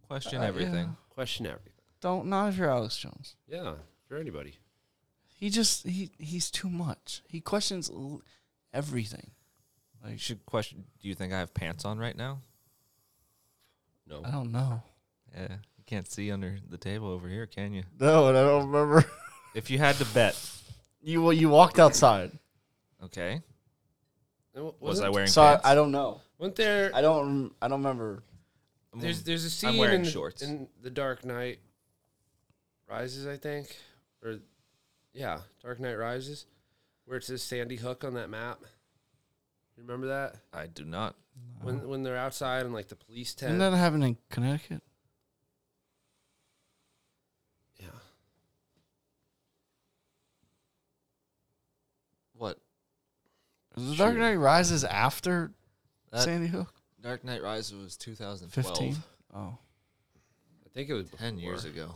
Speaker 1: Question
Speaker 2: Uh, yeah.
Speaker 1: everything.
Speaker 3: Question everything.
Speaker 2: Don't not if you're Alex Jones.
Speaker 3: Yeah, for anybody.
Speaker 2: He just he he's too much. He questions l- everything.
Speaker 1: You should question. Do you think I have pants on right now?
Speaker 3: No.
Speaker 2: I don't know.
Speaker 1: Yeah. You can't see under the table over here, can you?
Speaker 2: No, and I don't remember. [laughs]
Speaker 1: If you had to bet,
Speaker 2: you well, you walked outside.
Speaker 1: okay.
Speaker 3: And wa-
Speaker 1: Was
Speaker 3: wasn't-
Speaker 1: I wearing
Speaker 2: So I,
Speaker 1: pants?
Speaker 2: I don't know.
Speaker 3: Wasn't there?
Speaker 2: I don't. rem- I don't remember.
Speaker 1: Mm,
Speaker 3: There's there's a scene
Speaker 1: I'm wearing
Speaker 3: in, the-
Speaker 1: shorts.
Speaker 3: in the Dark Knight Rises, I think, or yeah, Dark Knight Rises, where it says Sandy Hook on that map. You remember that
Speaker 1: I do not.
Speaker 3: when when they're outside and like the police tent?
Speaker 2: Didn't that happen in Connecticut?
Speaker 3: yeah,
Speaker 1: What?
Speaker 2: Was The Dark
Speaker 1: Sure.
Speaker 2: Knight Rises after
Speaker 1: That-
Speaker 2: Sandy Hook.
Speaker 1: Dark Knight Rises was 2012.
Speaker 2: Fifteen. Oh,
Speaker 3: I think it was before.
Speaker 1: 10 years ago.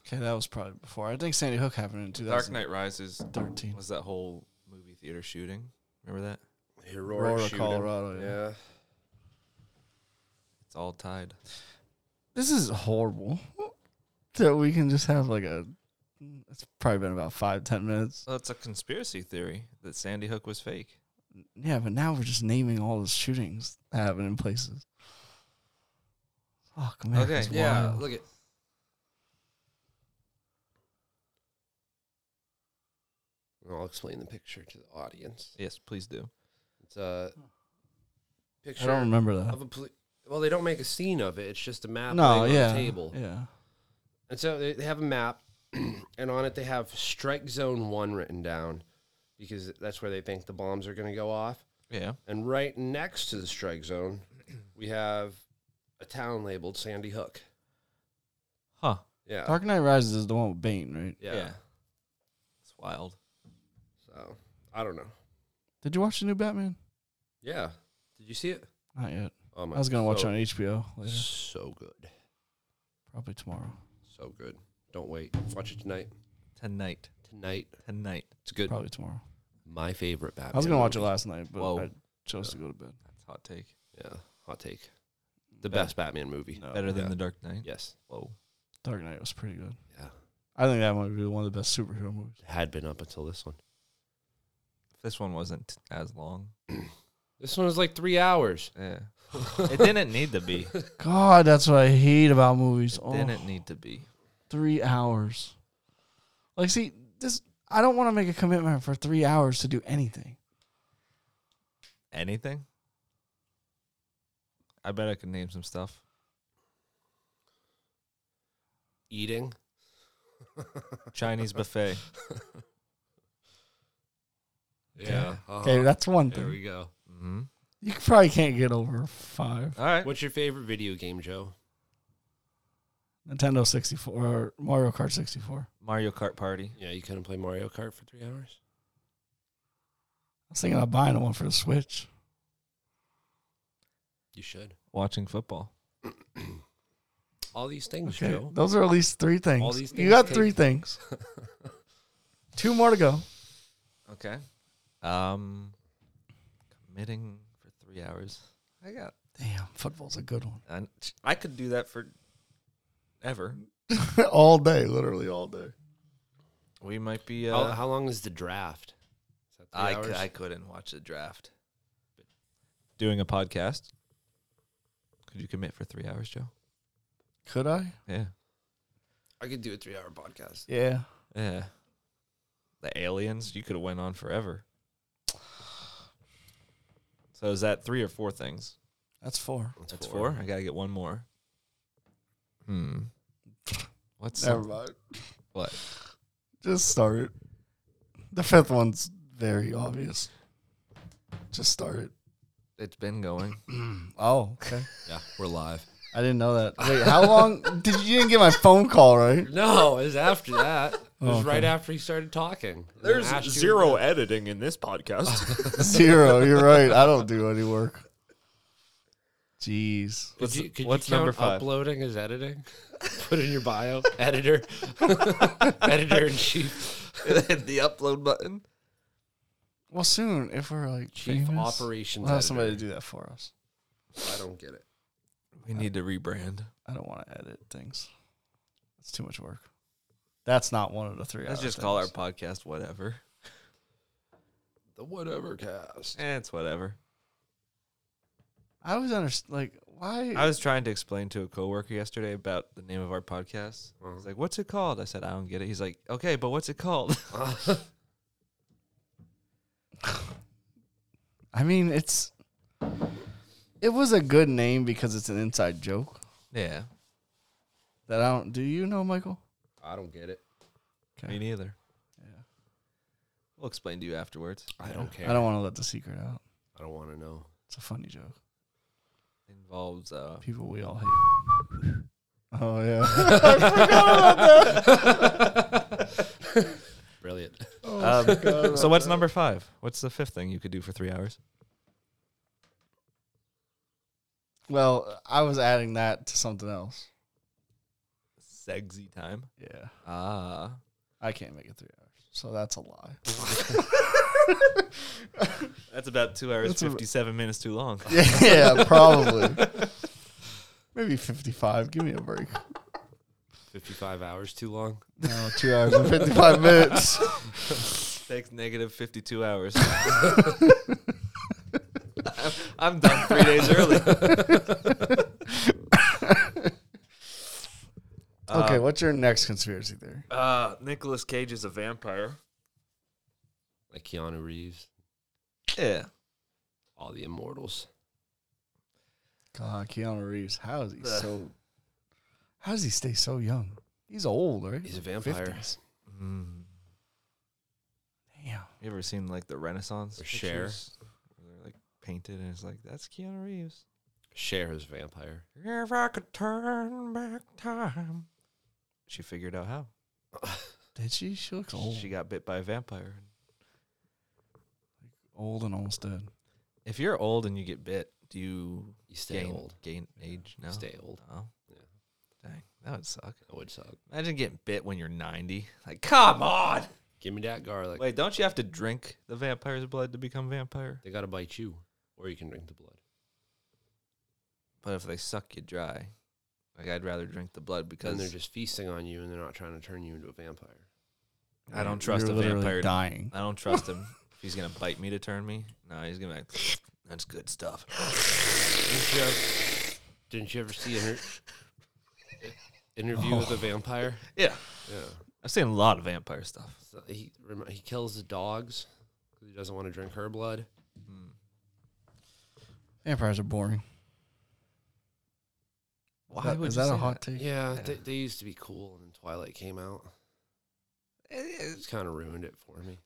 Speaker 2: okay. That was probably before. I think Sandy Hook happened in
Speaker 1: Dark Knight Rises
Speaker 2: 2013.
Speaker 1: was that whole movie theater shooting. Remember that?
Speaker 3: Heroic
Speaker 2: Aurora,
Speaker 3: shooting.
Speaker 2: Colorado. Yeah.
Speaker 3: Yeah,
Speaker 1: It's all tied.
Speaker 2: This is horrible. That we can just have like a. It's probably been about five ten minutes.
Speaker 1: Well, it's a conspiracy theory that Sandy Hook was fake.
Speaker 2: Yeah, but now we're just naming all the shootings that happen in places. Fuck, man.
Speaker 1: Okay.
Speaker 3: yeah. Look at I'll explain the picture to the audience.
Speaker 1: Yes, please do.
Speaker 3: It's a
Speaker 2: I
Speaker 3: picture
Speaker 2: don't remember that.
Speaker 3: of a poli- Well, they don't make a scene of it. It's just a map
Speaker 2: No,
Speaker 3: laying
Speaker 2: yeah,
Speaker 3: on the table.
Speaker 2: yeah.
Speaker 3: And so they, they have a map, [clears throat] and on it they have strike zone one written down because that's where they think the bombs are going to go off.
Speaker 1: Yeah.
Speaker 3: And right next to the strike zone, we have a town labeled Sandy Hook.
Speaker 1: Huh.
Speaker 3: Yeah.
Speaker 2: Dark Knight Rises is the one with Bane, right?
Speaker 3: yeah.
Speaker 1: yeah. It's wild.
Speaker 3: So I don't know.
Speaker 2: Did you watch the new Batman?
Speaker 3: Yeah. Did you see it?
Speaker 2: Not yet.
Speaker 3: Oh my
Speaker 2: I was gonna watch it
Speaker 3: so,
Speaker 2: on HBO later,
Speaker 3: So good.
Speaker 2: probably tomorrow.
Speaker 3: So good. Don't wait. Watch it tonight.
Speaker 1: Tonight.
Speaker 3: Tonight.
Speaker 1: Tonight.
Speaker 3: It's good.
Speaker 2: Probably tomorrow.
Speaker 3: My favorite Batman.
Speaker 2: I was gonna watch it
Speaker 3: movie.
Speaker 2: last night, but
Speaker 1: Whoa.
Speaker 2: I chose to go to bed.
Speaker 1: That's a hot take.
Speaker 3: Yeah. Hot take. The best Batman movie.
Speaker 1: Better than
Speaker 3: yeah.
Speaker 1: The Dark Knight.
Speaker 3: Yes.
Speaker 1: Whoa.
Speaker 2: Dark Knight was pretty good.
Speaker 3: Yeah.
Speaker 2: I think that might be one of the best superhero movies.
Speaker 3: Had been up until this one.
Speaker 1: This one wasn't as long.
Speaker 3: This one was like three hours.
Speaker 1: Yeah. [laughs] it didn't need to [laughs] be. It
Speaker 2: God, that's what I hate about movies. Oh,
Speaker 1: didn't need to be.
Speaker 2: three hours. Like, see, this I don't want to make a commitment for three hours to do anything.
Speaker 1: Anything? I bet I could name some stuff.
Speaker 3: Eating.
Speaker 1: [laughs] Chinese buffet.
Speaker 3: Yeah.
Speaker 2: Okay,
Speaker 3: uh-huh.
Speaker 2: that's one
Speaker 3: There
Speaker 2: thing.
Speaker 3: we go.
Speaker 1: Mm-hmm.
Speaker 2: You probably can't get over five.
Speaker 1: All right.
Speaker 3: What's your favorite video game, Joe?
Speaker 2: Nintendo sixty four or Mario Kart sixty four.
Speaker 1: Mario Kart Party.
Speaker 3: Yeah, you couldn't play Mario Kart for three hours.
Speaker 2: I was thinking of buying one for the Switch.
Speaker 3: You should.
Speaker 1: Watching football.
Speaker 3: All these things,
Speaker 2: Okay,
Speaker 3: Joe.
Speaker 2: those are at least three things.
Speaker 3: All these
Speaker 2: you
Speaker 3: things
Speaker 2: got
Speaker 3: take-
Speaker 2: three
Speaker 3: [laughs]
Speaker 2: things. Two more to go.
Speaker 1: Okay. Um, committing for three hours. I got.
Speaker 2: Damn, football's a good one.
Speaker 1: I, I could do that for ever.
Speaker 2: [laughs] all day, literally all day.
Speaker 1: We might be. Uh,
Speaker 3: How, how long is the draft? Is that
Speaker 1: I,
Speaker 3: three
Speaker 1: cou-
Speaker 3: hours?
Speaker 1: I couldn't watch the draft. Doing a podcast. Could you commit for three hours, Joe?
Speaker 2: Could I?
Speaker 1: Yeah.
Speaker 3: I could do a three-hour podcast.
Speaker 2: Yeah.
Speaker 1: Yeah. The aliens. You could have went on forever. So is that three or four things?
Speaker 2: That's four.
Speaker 1: That's four. I gotta get one more. Hmm. What's
Speaker 2: Never
Speaker 1: some-
Speaker 2: mind.
Speaker 1: what?
Speaker 2: Just start it. The fifth one's very obvious. Just start it.
Speaker 1: It's been [coughs] going.
Speaker 2: Oh, okay.
Speaker 3: Yeah, we're live.
Speaker 2: I didn't know that. Wait, [laughs] how long did you, you didn't get my phone call, right?
Speaker 3: No, it was after that. It was
Speaker 2: Oh, okay.
Speaker 3: right after he started talking. And then asked you-
Speaker 1: editing in this [laughs] podcast.
Speaker 2: [laughs] Zero. You're right. I don't do any work. Jeez.
Speaker 3: Could
Speaker 1: What's-
Speaker 3: you, could
Speaker 1: what's
Speaker 3: you count
Speaker 1: number five?
Speaker 3: Uploading is editing. [laughs] Put in your bio, editor, [laughs] editor in chief,
Speaker 1: the upload button.
Speaker 2: Well, soon if we're like
Speaker 3: chief
Speaker 2: famous,
Speaker 3: operations.
Speaker 2: we'll have
Speaker 3: editor.
Speaker 2: somebody to do that for us.
Speaker 3: I don't get it.
Speaker 1: We need to rebrand.
Speaker 2: I don't want to edit things. It's too much work. That's not one of the three.
Speaker 1: Let's
Speaker 2: hour
Speaker 1: just call our
Speaker 2: things.
Speaker 1: podcast whatever.
Speaker 3: The whatever cast.
Speaker 1: Eh, it's whatever.
Speaker 2: I always understand. Like, why?
Speaker 1: I was trying to explain to a coworker yesterday about the name of our podcast. He's like, "What's it called?" I said, "I don't get it." He's like, "Okay, but what's it called?" [laughs]
Speaker 2: I mean, it's. It was a good name because it's an inside joke
Speaker 1: yeah,
Speaker 2: that I don't. Do you know, Michael?
Speaker 3: I don't get it.
Speaker 1: me neither.
Speaker 2: Yeah.
Speaker 1: We'll explain to you afterwards.
Speaker 3: I don't care.
Speaker 2: I don't want to let the secret out.
Speaker 3: I don't want to
Speaker 2: [laughs]
Speaker 3: know. [laughs]
Speaker 2: It's a funny joke.
Speaker 1: Involves uh,
Speaker 2: People we all hate. Oh yeah.
Speaker 3: Brilliant.
Speaker 2: [laughs]
Speaker 1: Um, so what's number five? What's the fifth thing you could do for three hours?
Speaker 2: well, I was adding that to something else.
Speaker 1: Sexy time.
Speaker 2: Yeah.
Speaker 1: Ah,
Speaker 2: I can't make it three hours, so that's a lie. [laughs]
Speaker 1: that's about two hours
Speaker 2: That's a-
Speaker 1: fifty-seven minutes too long. [laughs]
Speaker 2: [laughs] yeah, probably. Maybe fifty-five. Give me a break.
Speaker 3: 55 hours too long.
Speaker 2: No, two hours and fifty-five minutes.
Speaker 1: Takes negative 52 hours. [laughs] I'm- I'm done three days early.
Speaker 2: [laughs] Okay, what's your next conspiracy theory?
Speaker 1: Uh, Nicholas Cage is a vampire.
Speaker 3: Like Keanu Reeves,
Speaker 1: Yeah.
Speaker 3: all the immortals.
Speaker 2: God, Keanu Reeves, how is he so? How does he stay so young? He's old, right?
Speaker 3: He's a vampire.
Speaker 2: 50s. Damn.
Speaker 1: Mm-hmm. You ever seen like the Renaissance
Speaker 3: Or Cher.
Speaker 1: pictures? Where They're like painted, and it's like that's Keanu Reeves.
Speaker 3: Cher is a vampire.
Speaker 1: If I could turn back time, she figured out how.
Speaker 2: Did she? She looks old,
Speaker 1: She got bit by a vampire.
Speaker 2: old and almost dead.
Speaker 1: If you're old and you get bit, do you
Speaker 3: You stay
Speaker 1: gain
Speaker 3: old.
Speaker 1: gain age? No,
Speaker 3: Stay old.
Speaker 1: No.
Speaker 3: Yeah.
Speaker 1: Dang, that would suck.
Speaker 3: That would suck.
Speaker 1: Imagine getting bit when you're 90. Like, come on.
Speaker 3: Give me that garlic.
Speaker 1: Wait, don't you have to drink the vampire's blood to become vampire?
Speaker 3: They gotta bite you, or you can drink the blood.
Speaker 1: But if they suck you dry, like I'd rather drink the blood
Speaker 3: Then
Speaker 1: because
Speaker 3: they're just feasting on you, and they're not trying to turn you into a vampire.
Speaker 1: I don't trust
Speaker 2: You're
Speaker 1: a
Speaker 2: literally
Speaker 1: vampire.
Speaker 2: dying.
Speaker 1: [laughs] I don't trust him. If he's gonna bite me to turn me. No, he's gonna be like, [sniffs] that's good stuff.
Speaker 3: Didn't you ever, didn't you ever see an interview
Speaker 2: Oh.
Speaker 3: with
Speaker 2: [laughs]
Speaker 3: a vampire?
Speaker 1: [laughs] Yeah,
Speaker 3: Yeah.
Speaker 1: I've seen a lot of vampire stuff.
Speaker 3: So he remi- he kills the dogs because he doesn't want to drink her blood.
Speaker 1: Hmm.
Speaker 2: Vampires are boring.
Speaker 1: Why
Speaker 2: That-
Speaker 1: would
Speaker 2: is
Speaker 1: you
Speaker 2: that a
Speaker 1: say
Speaker 2: hot take?
Speaker 3: Yeah, they, they used to be cool, and then Twilight came out. It's kind of ruined it for me.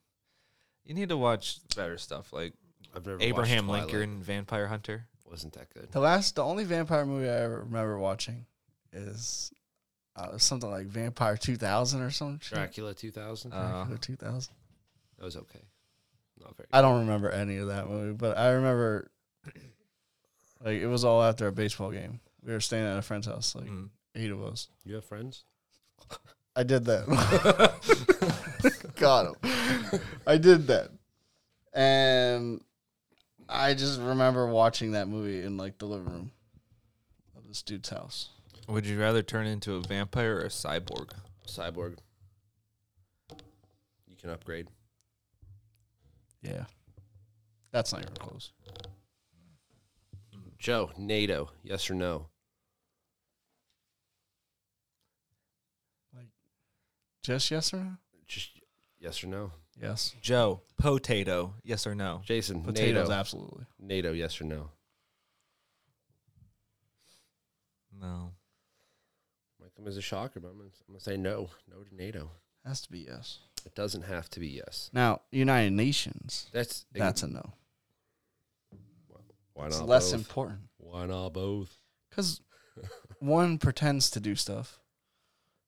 Speaker 1: You need to watch better stuff like
Speaker 3: I've never watched
Speaker 1: Abraham
Speaker 3: Twilight.
Speaker 1: Lincoln, Vampire Hunter.
Speaker 3: wasn't that good.
Speaker 2: The last, the only vampire movie I ever remember watching is uh, something like Vampire 2000 or some shit.
Speaker 3: Dracula 2000.
Speaker 1: Uh,
Speaker 2: Vampire 2000.
Speaker 3: that was okay. Not very.
Speaker 2: I don't remember any of that movie, but I remember like it was all after a baseball game. We were staying at a friend's house, like
Speaker 1: mm.
Speaker 2: eight of us.
Speaker 3: You have friends?
Speaker 2: I did that. [laughs]
Speaker 3: [laughs]
Speaker 2: Got him. I did that. And I just remember watching that movie in like the living room of this dude's house.
Speaker 1: Would you rather turn into a vampire or a cyborg?
Speaker 3: Cyborg. You can upgrade.
Speaker 2: Yeah. That's not even close.
Speaker 3: Joe, NATO, yes or no?
Speaker 2: Just yes or no?
Speaker 3: Just yes or no.
Speaker 2: Yes.
Speaker 1: Joe, potato, yes or no?
Speaker 3: Jason,
Speaker 2: Potatoes,
Speaker 3: NATO,
Speaker 2: absolutely.
Speaker 3: NATO, yes or no?
Speaker 1: No.
Speaker 3: Might come as a shocker, but I'm gonna, I'm gonna say no, no to NATO.
Speaker 2: Has to be yes.
Speaker 3: It doesn't have to be yes.
Speaker 2: Now, United Nations,
Speaker 3: That's
Speaker 2: that's a no.
Speaker 3: why not
Speaker 2: It's less
Speaker 3: both?
Speaker 2: important.
Speaker 3: why not both? [laughs]
Speaker 2: Because one pretends to do stuff,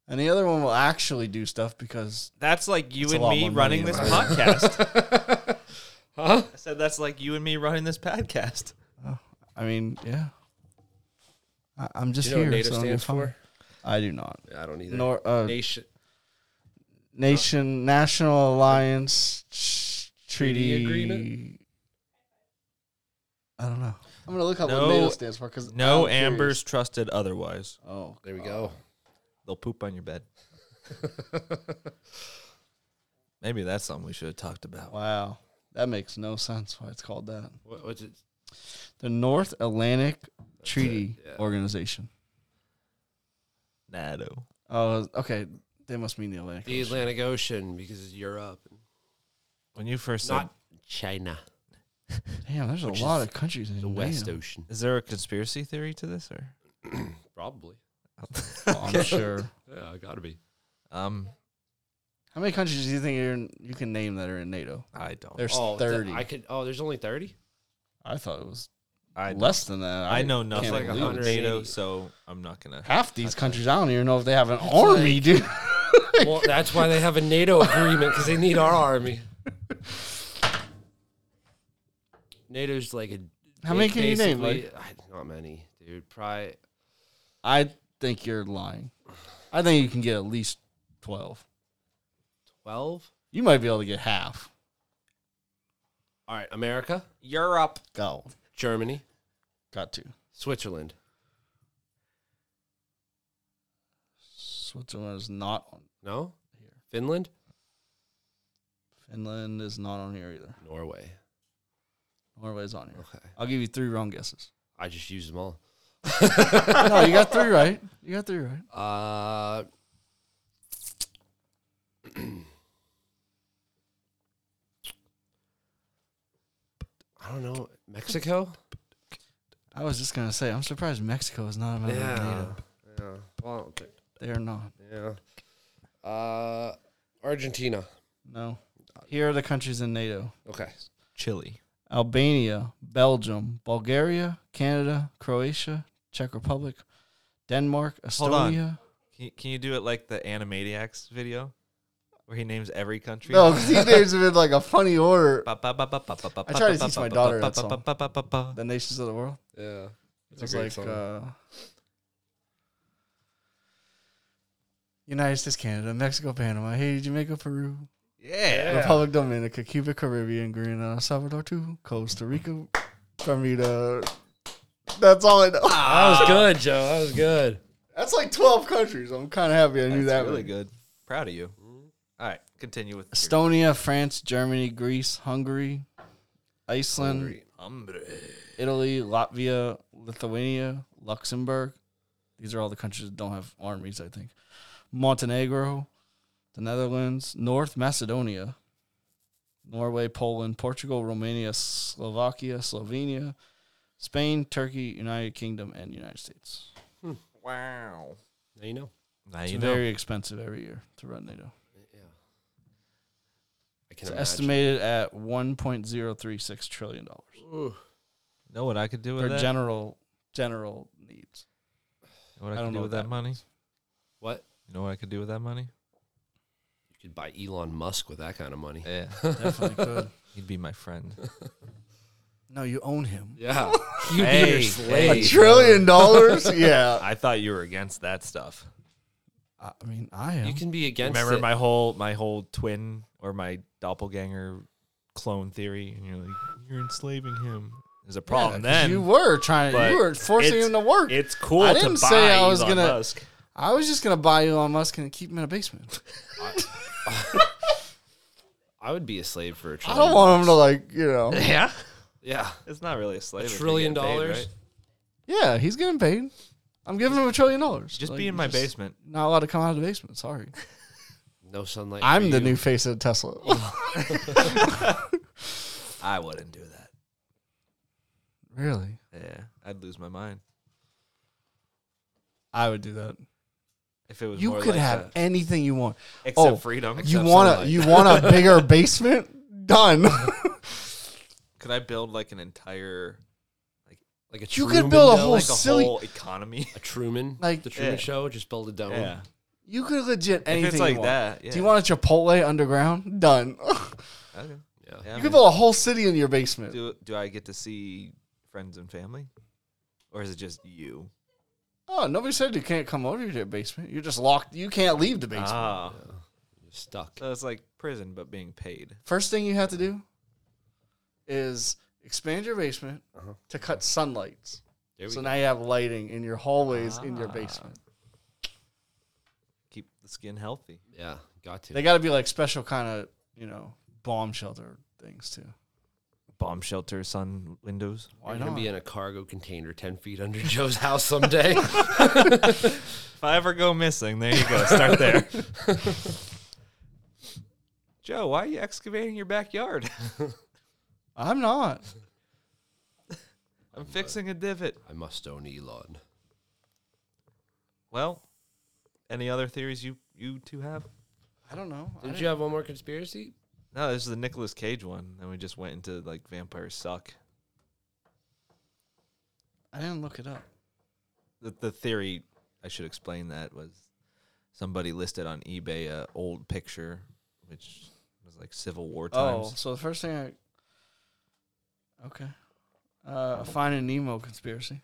Speaker 2: and the other one will actually do stuff because
Speaker 1: That's like you
Speaker 2: It's a
Speaker 1: and
Speaker 2: lot
Speaker 1: me
Speaker 2: more money
Speaker 1: running
Speaker 2: in
Speaker 1: this
Speaker 2: my [laughs]
Speaker 1: podcast.
Speaker 3: [laughs]
Speaker 1: huh? I said that's like you and me running this
Speaker 2: [laughs]
Speaker 1: podcast.
Speaker 2: I mean, yeah. I, I'm just
Speaker 3: You know what
Speaker 2: here.
Speaker 3: NATO
Speaker 2: so I'm
Speaker 3: stands
Speaker 2: fine.
Speaker 3: for?
Speaker 2: I do not.
Speaker 3: Yeah, I don't either.
Speaker 2: Nor uh,
Speaker 3: Nation.
Speaker 2: nation national alliance ch- treaty,
Speaker 3: Treaty agreement?
Speaker 2: I don't know. I'm gonna look up
Speaker 1: No-
Speaker 2: what NATO stands for because
Speaker 1: No Amber's trusted otherwise.
Speaker 2: Oh,
Speaker 3: There we go.
Speaker 1: They'll poop on your
Speaker 2: [laughs]
Speaker 1: bed. Maybe that's something we should have talked about.
Speaker 2: wow, that makes no sense. Why it's called that?
Speaker 3: What, what's it?
Speaker 2: The North Atlantic Treaty
Speaker 3: yeah.
Speaker 2: Organization.
Speaker 1: NATO.
Speaker 2: Oh, okay. They must mean the Atlantic.
Speaker 3: The
Speaker 2: Ocean.
Speaker 3: Atlantic Ocean because it's Europe,
Speaker 1: When you first said,
Speaker 3: not China.
Speaker 2: Damn, there's a lot of countries in
Speaker 3: The West
Speaker 2: NATO.
Speaker 3: Ocean,
Speaker 1: is there a conspiracy theory to this or?
Speaker 3: probably.
Speaker 2: [laughs]
Speaker 3: [laughs]
Speaker 2: I'm sure.
Speaker 3: Yeah, gotta be.
Speaker 1: Um,
Speaker 2: How many countries do you think you're in, you can name that are in NATO?
Speaker 1: I don't.
Speaker 2: There's
Speaker 3: Oh, th-
Speaker 2: 30.
Speaker 3: I
Speaker 2: I,
Speaker 3: could. Oh, there's only thirty.
Speaker 2: thought it was
Speaker 1: I don't.
Speaker 2: less than that.
Speaker 1: I know
Speaker 2: can't
Speaker 1: nothing
Speaker 3: It's like
Speaker 2: believe it.
Speaker 1: about
Speaker 3: 180.
Speaker 1: NATO, so I'm not gonna.
Speaker 2: Half these countries, I don't even know if they have an army, dude. [laughs]
Speaker 3: Well, that's why they have a NATO agreement because they need our army. NATO's like a.
Speaker 2: How many can you name,
Speaker 3: basically- I- Not many, dude. Probably.
Speaker 2: I think you're lying. I think you can get at least 12.
Speaker 3: 12?
Speaker 2: You might be able to get half.
Speaker 3: All right, America,
Speaker 1: Europe.
Speaker 2: Go.
Speaker 3: Germany,
Speaker 2: Got to.
Speaker 3: Switzerland.
Speaker 2: Switzerland is not on.
Speaker 3: No? Finland,
Speaker 2: Finland is not on here either.
Speaker 3: Norway.
Speaker 2: Norway's on here.
Speaker 3: Okay.
Speaker 2: I'll give you three wrong guesses. [laughs]
Speaker 3: I just used them all.
Speaker 2: no, you got three right. You got three right.
Speaker 3: [clears throat] Uh, I don't know. Mexico?
Speaker 2: I was just gonna say, I'm surprised Mexico is not a member of NATO.
Speaker 3: Yeah. Well, I don't think.
Speaker 2: They are not.
Speaker 3: Yeah. Uh, Argentina.
Speaker 2: No. Here are the countries in NATO:
Speaker 3: Okay.
Speaker 1: Chile.
Speaker 2: Albania, Belgium, Bulgaria, Canada, Croatia, Czech Republic, Denmark,
Speaker 1: Hold on.
Speaker 2: Estonia.
Speaker 1: Can you, can you do it like the Animaniacs video, where he names every country?
Speaker 2: [laughs] No, these names have been like a funny order.
Speaker 1: I
Speaker 2: I try to teach my daughter that song. The nations of the world.
Speaker 3: Yeah. It's
Speaker 2: It was like uh, United States, Canada, Mexico, Panama, Haiti, Jamaica, Peru, [laughs]
Speaker 1: Yeah.
Speaker 2: Republic Dominica, Cuba, Caribbean, Grenada, El Salvador, too, Costa Rica, Bermuda. That's all I know.
Speaker 1: Ah.
Speaker 3: that was good, Joe. That was good.
Speaker 2: That's like twelve countries. I'm kind of happy I knew
Speaker 1: That's
Speaker 2: that.
Speaker 1: really
Speaker 2: one.
Speaker 1: good. Proud of you. All right, continue with your
Speaker 2: Estonia, France, Germany, Greece, Hungary, Iceland,
Speaker 1: Hombre.
Speaker 2: Italy, Latvia, Lithuania, Luxembourg. These are all the countries that don't have armies, I think. Montenegro, the Netherlands, North Macedonia, Norway, Poland, Portugal, Romania, Slovakia, Slovenia, Spain, Turkey, United Kingdom, and United States.
Speaker 1: Wow.
Speaker 3: Now you know.
Speaker 1: Now
Speaker 2: It's
Speaker 1: you know.
Speaker 2: very expensive every year to run NATO.
Speaker 3: Yeah. I can
Speaker 2: It's
Speaker 3: imagine.
Speaker 2: estimated at one point zero three six trillion dollars
Speaker 3: Ooh.
Speaker 1: Know what I could do with
Speaker 2: for
Speaker 1: that?
Speaker 2: general general needs.
Speaker 1: what I,
Speaker 2: I
Speaker 1: could
Speaker 2: don't
Speaker 1: do
Speaker 2: know
Speaker 1: with
Speaker 2: what
Speaker 1: that,
Speaker 2: that
Speaker 1: money?
Speaker 2: means.
Speaker 3: What?
Speaker 1: You know what I could do with that
Speaker 2: [laughs]
Speaker 1: money?
Speaker 3: You could buy Elon Musk with that kind
Speaker 1: [laughs]
Speaker 3: of money.
Speaker 1: Yeah.
Speaker 2: Definitely could.
Speaker 1: He'd be my friend.
Speaker 2: [laughs] No, you own him.
Speaker 3: Yeah. You'd be
Speaker 1: Hey,
Speaker 3: your
Speaker 1: hey.
Speaker 3: slave.
Speaker 2: A trillion [laughs] dollars? Yeah.
Speaker 1: I thought you were against that stuff.
Speaker 2: I I mean, I am.
Speaker 3: You can be against
Speaker 1: Remember
Speaker 3: it.
Speaker 1: my whole my whole twin or my doppelganger clone theory, and you're like, you're enslaving him. There's a
Speaker 2: Yeah,
Speaker 1: problem
Speaker 2: 'cause
Speaker 1: then.
Speaker 2: you were trying.
Speaker 1: but
Speaker 2: You were forcing
Speaker 1: it's-
Speaker 2: him to
Speaker 1: [laughs]
Speaker 2: work.
Speaker 1: It's cool.
Speaker 2: I
Speaker 1: to
Speaker 2: didn't
Speaker 1: buy
Speaker 2: say I was
Speaker 1: Elon
Speaker 2: gonna- [laughs]
Speaker 1: Musk.
Speaker 2: I was just gonna buy Elon Musk and keep him in a basement.
Speaker 3: I would be a slave for a
Speaker 2: I
Speaker 3: trillion.
Speaker 2: don't want him to like, you know.
Speaker 1: Yeah,
Speaker 3: Yeah.
Speaker 1: it's not really a slave. if you're
Speaker 3: trillion
Speaker 1: getting paid,
Speaker 3: dollars?
Speaker 1: right?
Speaker 2: [laughs] Yeah, he's getting paid. I'm giving him a trillion dollars.
Speaker 1: Just
Speaker 2: Like,
Speaker 1: be in my basement.
Speaker 2: Not allowed to come out of the basement. Sorry.
Speaker 3: No sunlight.
Speaker 2: I'm
Speaker 3: for
Speaker 2: the
Speaker 3: you.
Speaker 2: new face of Tesla.
Speaker 1: [laughs]
Speaker 2: [laughs]
Speaker 1: I wouldn't do that.
Speaker 2: really?
Speaker 1: Yeah, I'd lose my mind
Speaker 2: I would do that.
Speaker 1: if it was.
Speaker 2: You
Speaker 1: more
Speaker 2: could
Speaker 1: like
Speaker 2: have
Speaker 1: that.
Speaker 2: anything you want.
Speaker 1: except
Speaker 2: oh,
Speaker 1: freedom.
Speaker 2: you
Speaker 1: Except
Speaker 2: want a
Speaker 1: sunlight.
Speaker 2: you
Speaker 1: [laughs]
Speaker 2: want a bigger basement? Done. [laughs]
Speaker 1: Could I build like an entire
Speaker 3: Like a
Speaker 2: you
Speaker 3: Truman
Speaker 2: could build a
Speaker 3: dome.
Speaker 2: whole
Speaker 1: like a
Speaker 2: silly
Speaker 1: whole
Speaker 2: [laughs]
Speaker 1: economy? [laughs]
Speaker 3: a Truman,
Speaker 2: Like-
Speaker 3: like the Truman
Speaker 1: Yeah.
Speaker 3: Show, just build a dome.
Speaker 1: Yeah,
Speaker 2: You could legit anything.
Speaker 1: if it's like
Speaker 2: you want.
Speaker 1: that. Yeah.
Speaker 2: Do you want a Chipotle underground? Done. [laughs]
Speaker 1: Okay.
Speaker 3: Yeah.
Speaker 1: Yeah,
Speaker 2: you
Speaker 1: man.
Speaker 2: could build a whole city in your basement.
Speaker 1: do do I get to see friends and family, or is it just you?
Speaker 2: Oh, nobody said you can't come over to your basement. You're just locked. You can't leave the basement.
Speaker 1: Ah,
Speaker 3: You're stuck.
Speaker 1: so it's like prison but being paid.
Speaker 2: First thing you have to do is expand your basement to cut sunlights.
Speaker 3: There we
Speaker 2: So
Speaker 3: go. Ah.
Speaker 2: now you have lighting in your hallways in your basement.
Speaker 1: Keep the skin healthy.
Speaker 3: yeah, got to.
Speaker 2: They got to be like special kind of you know bomb shelter things too.
Speaker 1: Bomb shelter, sun windows.
Speaker 2: Why
Speaker 3: You're gonna
Speaker 2: not?
Speaker 3: be in a cargo container ten feet under [laughs] Joe's house
Speaker 2: [laughs]
Speaker 3: someday.
Speaker 1: If I ever go missing, there you go. Start there. [laughs] Joe, why are you excavating your backyard? [laughs]
Speaker 2: I'm not.
Speaker 1: I'm fixing a divot.
Speaker 3: I must own Elon.
Speaker 1: Well, any other theories you you two have?
Speaker 2: I don't know. I
Speaker 3: Didn't
Speaker 2: didn't-
Speaker 3: you have one more conspiracy?
Speaker 1: No, this is the Nicolas Cage one, and we just went into like vampires suck.
Speaker 2: I didn't look it up.
Speaker 1: the, the theory I should explain that was somebody listed on eBay a old picture, which was like Civil War
Speaker 2: Oh,
Speaker 1: times.
Speaker 2: so the first thing I okay, uh, Finding Nemo conspiracy.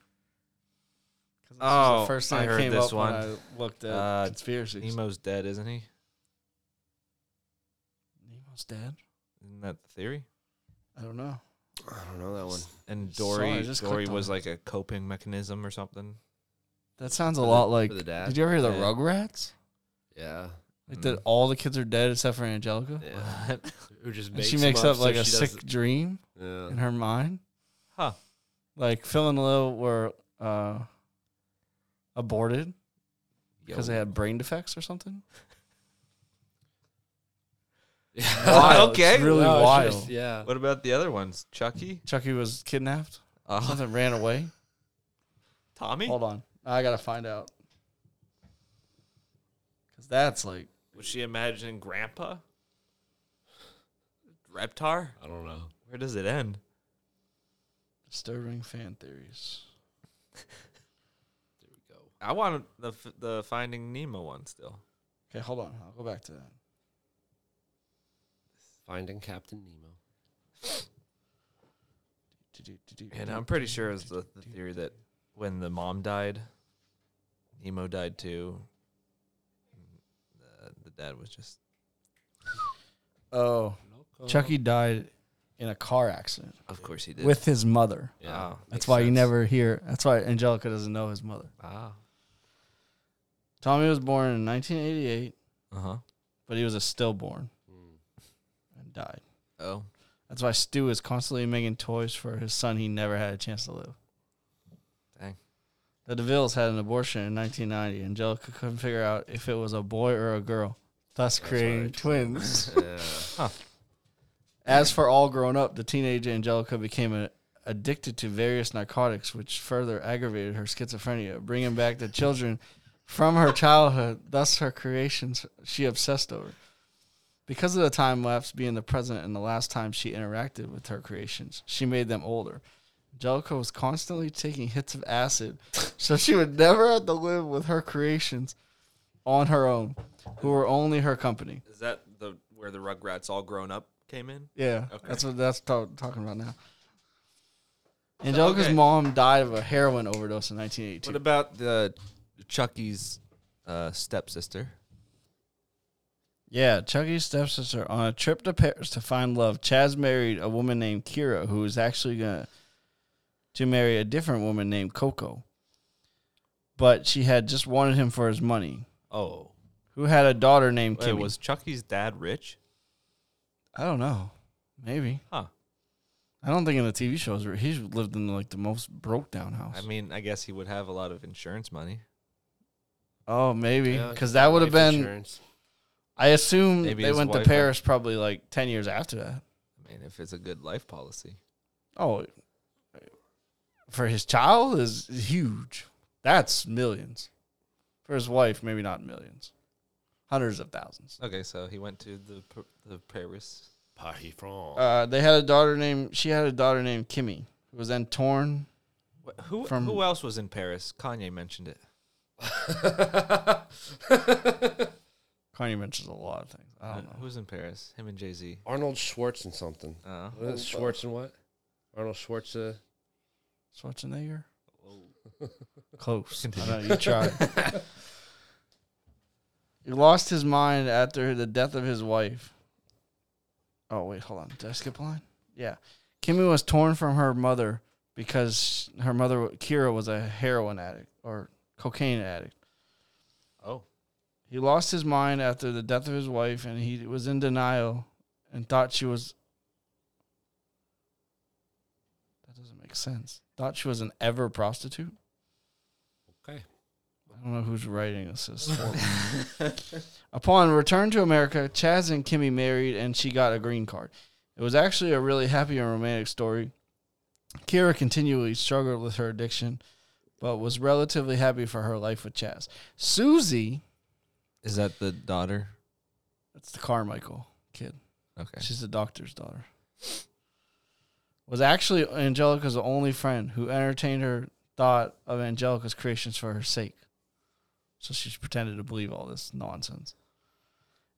Speaker 2: 'Cause this was
Speaker 1: Oh,
Speaker 2: the first thing
Speaker 1: I
Speaker 2: that
Speaker 1: heard
Speaker 2: came
Speaker 1: this
Speaker 2: up
Speaker 1: one.
Speaker 2: when I looked at
Speaker 1: Uh,
Speaker 2: conspiracies.
Speaker 1: Nemo's dead, isn't he?
Speaker 2: Nemo's dead.
Speaker 1: Isn't that the theory?
Speaker 2: I don't know.
Speaker 3: I don't know that one.
Speaker 1: And
Speaker 2: Sorry, I
Speaker 1: Dory,
Speaker 2: just
Speaker 1: Dory
Speaker 2: clicked on
Speaker 1: was
Speaker 2: it.
Speaker 1: like a coping mechanism or something.
Speaker 2: That sounds a
Speaker 3: For the-
Speaker 2: lot like.
Speaker 3: for the dad?
Speaker 2: Did you ever hear the
Speaker 1: Yeah.
Speaker 2: Rugrats?
Speaker 3: Yeah.
Speaker 2: Like
Speaker 1: Mm.
Speaker 2: that, all the kids are dead except for Angelica.
Speaker 3: Yeah.
Speaker 1: What? [laughs]
Speaker 3: Who just
Speaker 2: And
Speaker 3: makes
Speaker 2: she
Speaker 3: them
Speaker 2: makes up
Speaker 3: so
Speaker 2: like a
Speaker 3: she
Speaker 2: sick
Speaker 3: doesn't-
Speaker 2: dream
Speaker 3: Yeah.
Speaker 2: in her mind.
Speaker 1: Huh.
Speaker 2: Like Phil and Lil were uh, aborted because they
Speaker 1: Yo.
Speaker 2: had brain defects or something. [laughs]
Speaker 3: [laughs]
Speaker 1: Wild.
Speaker 2: It's
Speaker 1: Okay.
Speaker 2: really
Speaker 3: No, it's
Speaker 2: wild.
Speaker 3: just- yeah.
Speaker 1: What about the other ones? Chucky?
Speaker 2: Chucky was kidnapped.
Speaker 1: Oh,
Speaker 2: Something ran away.
Speaker 1: Tommy?
Speaker 2: Hold on. I gotta find out. Cause that's like
Speaker 1: Was she imagining Grandpa? Reptar?
Speaker 3: I don't know.
Speaker 1: Where does it end?
Speaker 2: disturbing fan theories.
Speaker 3: There we go.
Speaker 1: I want the f- the Finding Nemo one still.
Speaker 2: Okay, hold on. I'll go back to that.
Speaker 3: Finding Captain Nemo.
Speaker 2: Do-do-do-do.
Speaker 1: And I'm pretty sure it's the, the theory that when the mom died, Nemo died too. Uh, The, the dad was just
Speaker 2: Oh, Chucky died in a car accident
Speaker 1: Of course he did.
Speaker 2: with his mother.
Speaker 3: Yeah,
Speaker 1: Wow.
Speaker 2: That's
Speaker 3: makes
Speaker 2: why you
Speaker 3: sense.
Speaker 2: never hear. That's why Angelica doesn't know his mother.
Speaker 1: ah,
Speaker 2: Tommy was born in 1988,
Speaker 1: uh huh.
Speaker 2: but he was a stillborn
Speaker 3: Mm.
Speaker 2: and died.
Speaker 1: Oh,
Speaker 2: That's why Stu is constantly making toys for his son he never had a chance to live.
Speaker 1: Dang.
Speaker 2: The DeVilles had an abortion in 1990. Angelica couldn't figure out if it was a boy or a girl, thus creating
Speaker 3: right.
Speaker 2: twins.
Speaker 3: [laughs] Yeah.
Speaker 2: As for all grown up, the teenage Angelica became a, addicted to various narcotics, which further aggravated her schizophrenia, bringing back the children from her childhood, thus her creations she obsessed over. Because of the time lapse being the present and the last time she interacted with her creations, she made them older. Angelica was constantly taking hits of acid, so she would never have to live with her creations on her own, who were only her company.
Speaker 1: is that the where the Rugrats all grown up came in?
Speaker 2: Yeah,
Speaker 1: Okay.
Speaker 2: that's what that's ta- talking about now. Angelica's
Speaker 1: Okay.
Speaker 2: mom died of a heroin overdose in 1982.
Speaker 1: What about the Chucky's uh, stepsister?
Speaker 2: yeah, Chucky's stepsister on a trip to Paris to find love. Chaz married a woman named Kira, who was actually gonna to marry a different woman named Coco, but she had just wanted him for his money.
Speaker 1: Oh,
Speaker 2: Who had a daughter named
Speaker 1: Wait,
Speaker 2: Kimmy?
Speaker 1: was Chucky's dad rich?
Speaker 2: I don't know. Maybe
Speaker 1: Huh.
Speaker 2: I don't think in the TV shows where he's lived in like the most broke down house.
Speaker 1: I mean, I guess he would have a lot of insurance money.
Speaker 2: oh, maybe
Speaker 3: Yeah,
Speaker 2: because that would have
Speaker 3: life
Speaker 2: been.
Speaker 3: [laughs] insurance.
Speaker 2: I assume
Speaker 1: Maybe
Speaker 2: they
Speaker 1: his
Speaker 2: went to
Speaker 1: wife had-
Speaker 2: Paris probably like 10 years after that.
Speaker 1: I mean, if it's a good life policy.
Speaker 2: Oh, for his child is huge. That's millions. For his wife, maybe not millions, hundreds of thousands.
Speaker 1: Okay, so he went to the P- the Paris.
Speaker 3: Party [laughs] from.
Speaker 2: Uh, they had a daughter named, she had a daughter named Kimmy, who was then torn.
Speaker 1: Wh- Who
Speaker 2: From-
Speaker 1: who else was in Paris? Kanye mentioned it.
Speaker 2: Kanye mentions a lot of things. I don't
Speaker 1: Uh,
Speaker 2: know.
Speaker 1: Who's in Paris? Him and Jay Z.
Speaker 3: Arnold Schwartz and something.
Speaker 1: Uh,
Speaker 3: Wasn't it Schwartz and what? Arnold Schwartz. Uh,
Speaker 2: Schwarzenegger? Close. I know, you tried. he lost his mind after the death of his wife. Oh, wait, hold on. Did I skip a line? Yeah. Kimmy was torn from her mother because her mother, Kira, was a heroin addict or cocaine addict.
Speaker 1: oh,
Speaker 2: He lost his mind after the death of his wife and he was in denial and thought she was. That doesn't make sense. Thought she was an ever prostitute?
Speaker 3: okay.
Speaker 2: I don't know who's writing this. this is
Speaker 3: [laughs]
Speaker 2: horrible. [laughs] Upon return to America, Chaz and Kimmy married and she got a green card. It was actually a really happy and romantic story. Kira continually struggled with her addiction, but was relatively happy for her life with Chaz. Susie,
Speaker 1: is that the daughter?
Speaker 2: that's the Carmichael kid.
Speaker 1: Okay.
Speaker 2: She's the doctor's daughter. Was actually Angelica's only friend who entertained her thought of Angelica's creations for her sake. So she pretended to believe all this nonsense.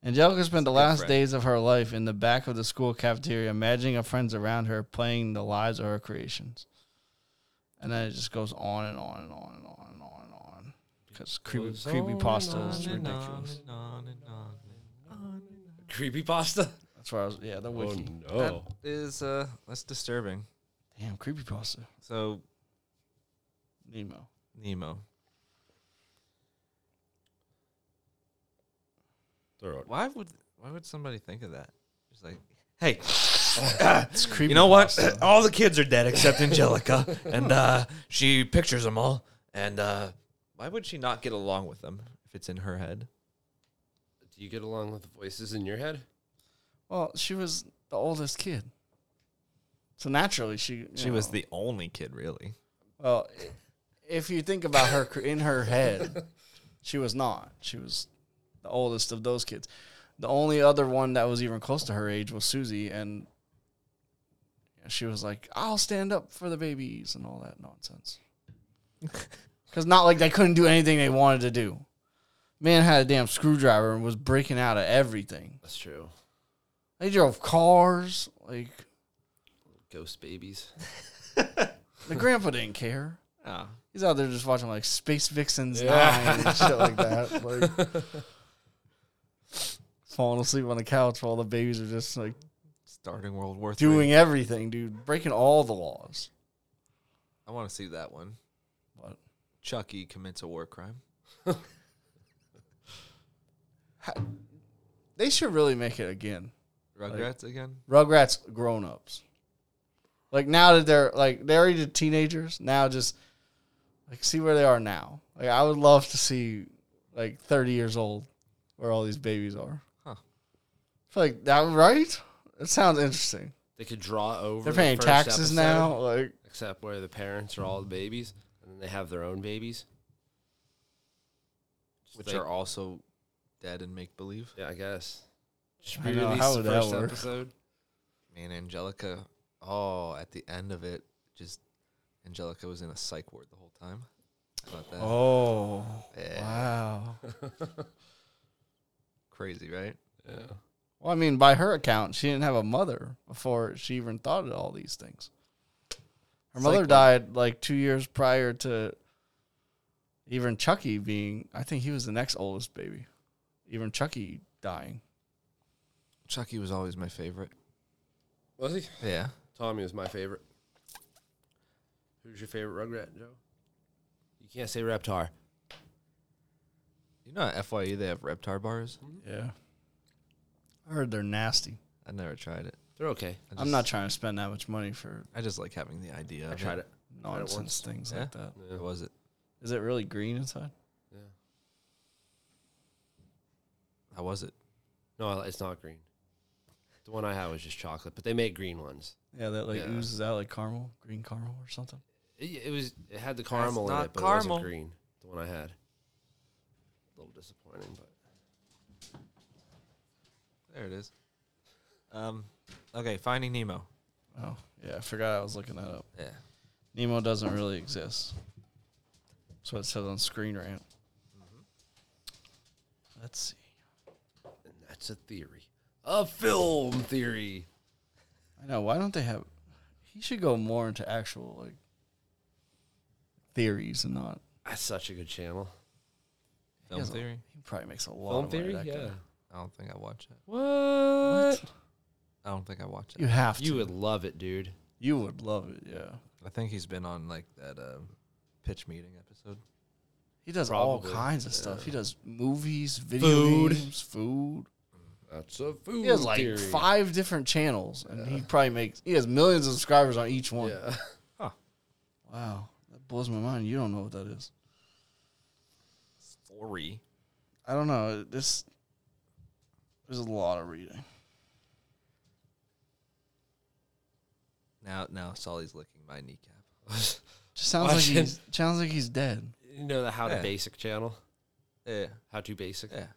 Speaker 2: Angelica spent the
Speaker 1: Good
Speaker 2: last
Speaker 1: friend.
Speaker 2: days of her life in the back of the school cafeteria, imagining her friends around her playing the lives of her creations. And then it just goes on and on and on and on and on and on. Because creepy,
Speaker 3: Goes
Speaker 2: creepy pasta
Speaker 3: on
Speaker 2: is
Speaker 1: and
Speaker 2: ridiculous.
Speaker 1: on and on and on and on.
Speaker 3: Creepy pasta.
Speaker 2: That's where I was. Yeah, the
Speaker 3: Oh
Speaker 2: wiki.
Speaker 3: no.
Speaker 1: That is uh, that's disturbing.
Speaker 2: Damn, creepy pasta.
Speaker 1: So
Speaker 2: Nemo.
Speaker 1: Nemo.
Speaker 3: Throw it.
Speaker 1: Why would why would somebody think of that? Just like, hey, [coughs]
Speaker 2: It's creepy.
Speaker 1: you know what? [laughs] all the kids are dead except
Speaker 2: [laughs]
Speaker 1: Angelica, and uh, she pictures them all. And uh, why would she not get along with them if it's in her head?
Speaker 3: Do you get along with the voices in your head?
Speaker 2: Well, she was the oldest kid, so naturally she you
Speaker 1: She was
Speaker 2: know,
Speaker 1: the only kid, really.
Speaker 2: well. i- if you think about her cr- in her head, she was not. She was the oldest of those kids. The only other one that was even close to her age was Susie, and she was like, "I'll stand up for the babies" and all that [laughs] nonsense. Because not like they couldn't do anything they wanted to do. Man had a damn screwdriver and was breaking out of everything.
Speaker 3: That's true.
Speaker 2: They drove cars. Like
Speaker 3: Ghost babies.
Speaker 2: the grandpa didn't care.
Speaker 5: Oh.
Speaker 2: He's out there just watching like Space Vixens
Speaker 3: Yeah.
Speaker 2: 9 and shit like that. Like [laughs] falling asleep on the couch while the babies are just like
Speaker 5: Starting World War Three.
Speaker 2: doing everything, dude. Breaking all the laws.
Speaker 5: I want to see that one.
Speaker 2: What?
Speaker 5: Chucky commits a war crime.
Speaker 2: They should really make it again.
Speaker 5: Rugrats again.
Speaker 2: Rugrats grown ups. Like now that they're like they're already teenagers, now just like see where they are now. Like I would love to see like thirty years old where all these babies are.
Speaker 5: Huh.
Speaker 2: Feel like that right? It sounds interesting.
Speaker 3: They could draw over.
Speaker 2: They're
Speaker 3: the
Speaker 2: paying
Speaker 3: first
Speaker 2: taxes
Speaker 3: episode,
Speaker 2: now. Like
Speaker 3: except where the parents are all the babies, and then they have their own babies. Just
Speaker 5: Which
Speaker 3: like-
Speaker 5: are also dead and make believe.
Speaker 3: yeah, I guess. Just
Speaker 2: I know,
Speaker 3: re-release
Speaker 2: how
Speaker 3: the
Speaker 2: would that
Speaker 3: first
Speaker 2: work?
Speaker 3: episode.
Speaker 5: Man, Angelica. Oh, at the end of it, just Angelica was in a psych ward the whole time. How About that.
Speaker 2: oh
Speaker 5: Yeah.
Speaker 2: wow.
Speaker 5: Crazy, right?
Speaker 3: Yeah.
Speaker 2: Well, I mean, by her account, she didn't have a mother before she even thought of all these things. Her
Speaker 5: It's
Speaker 2: mother
Speaker 5: like-
Speaker 2: died like two years prior to even Chucky being, I think he was the next oldest baby. Even Chucky dying.
Speaker 5: Chucky was always my favorite.
Speaker 3: Was he?
Speaker 5: Yeah.
Speaker 3: Tommy was my favorite. Who's your favorite Rugrat, Joe? You can't say Reptar.
Speaker 5: You know at FYE they have Reptar bars?
Speaker 3: Hmm?
Speaker 2: Yeah. I heard they're nasty.
Speaker 5: I never tried it.
Speaker 3: They're okay.
Speaker 5: I
Speaker 2: I'm
Speaker 5: just-
Speaker 2: not trying to spend that much money for
Speaker 5: I just like having the idea.
Speaker 3: I
Speaker 5: of
Speaker 3: tried it. it
Speaker 2: nonsense
Speaker 3: once.
Speaker 2: things
Speaker 5: Yeah?
Speaker 2: like that.
Speaker 5: It was it.
Speaker 2: Is it really green inside?
Speaker 3: Yeah.
Speaker 5: How was it?
Speaker 3: No, it's not green. The one I had was just chocolate, but they make green ones.
Speaker 2: Yeah, that like
Speaker 3: Yeah.
Speaker 2: oozes out like caramel, green caramel or something.
Speaker 3: It, it was. It had the caramel in
Speaker 1: not
Speaker 3: it, but it
Speaker 1: caramel.
Speaker 3: wasn't green. The one I had. A little disappointing, but
Speaker 5: There it is. Um, okay, Finding Nemo.
Speaker 2: Oh, yeah. I forgot I was looking that up.
Speaker 5: Yeah.
Speaker 2: Nemo doesn't really exist. That's what it says on Screen Rant.
Speaker 3: Mm-hmm.
Speaker 2: Let's see.
Speaker 3: and that's a theory, a film theory.
Speaker 2: I know. Why don't they have? He should go more into actual like theories and not
Speaker 3: That's such a good channel.
Speaker 5: Film
Speaker 2: has a-
Speaker 5: theory?
Speaker 2: He probably makes a lot. of money, that guy.
Speaker 5: I don't think I watch it.
Speaker 3: What?
Speaker 5: I don't think I watch it.
Speaker 2: You have to.
Speaker 3: You would love it, dude.
Speaker 2: you would love it. Yeah.
Speaker 5: I think he's been on like that um, pitch meeting episode.
Speaker 2: He does all
Speaker 3: Probably,
Speaker 2: kinds of stuff. He does movies, video
Speaker 3: Food.
Speaker 2: games, food.
Speaker 3: That's a food
Speaker 2: He has like
Speaker 3: theory.
Speaker 2: five different channels, and he probably makes. He has millions of subscribers on each one.
Speaker 3: Yeah.
Speaker 2: Wow, that blows my mind. You don't know what that is.
Speaker 5: Story.
Speaker 2: I don't know. This there's a lot of reading.
Speaker 5: Now, now Sully's licking my kneecap.
Speaker 2: Just sounds
Speaker 3: Watching-
Speaker 2: like he's sounds like he's dead.
Speaker 3: [laughs] You know the How to
Speaker 5: Yeah.
Speaker 3: Basic channel?
Speaker 5: Yeah,
Speaker 3: How to Basic.
Speaker 5: yeah.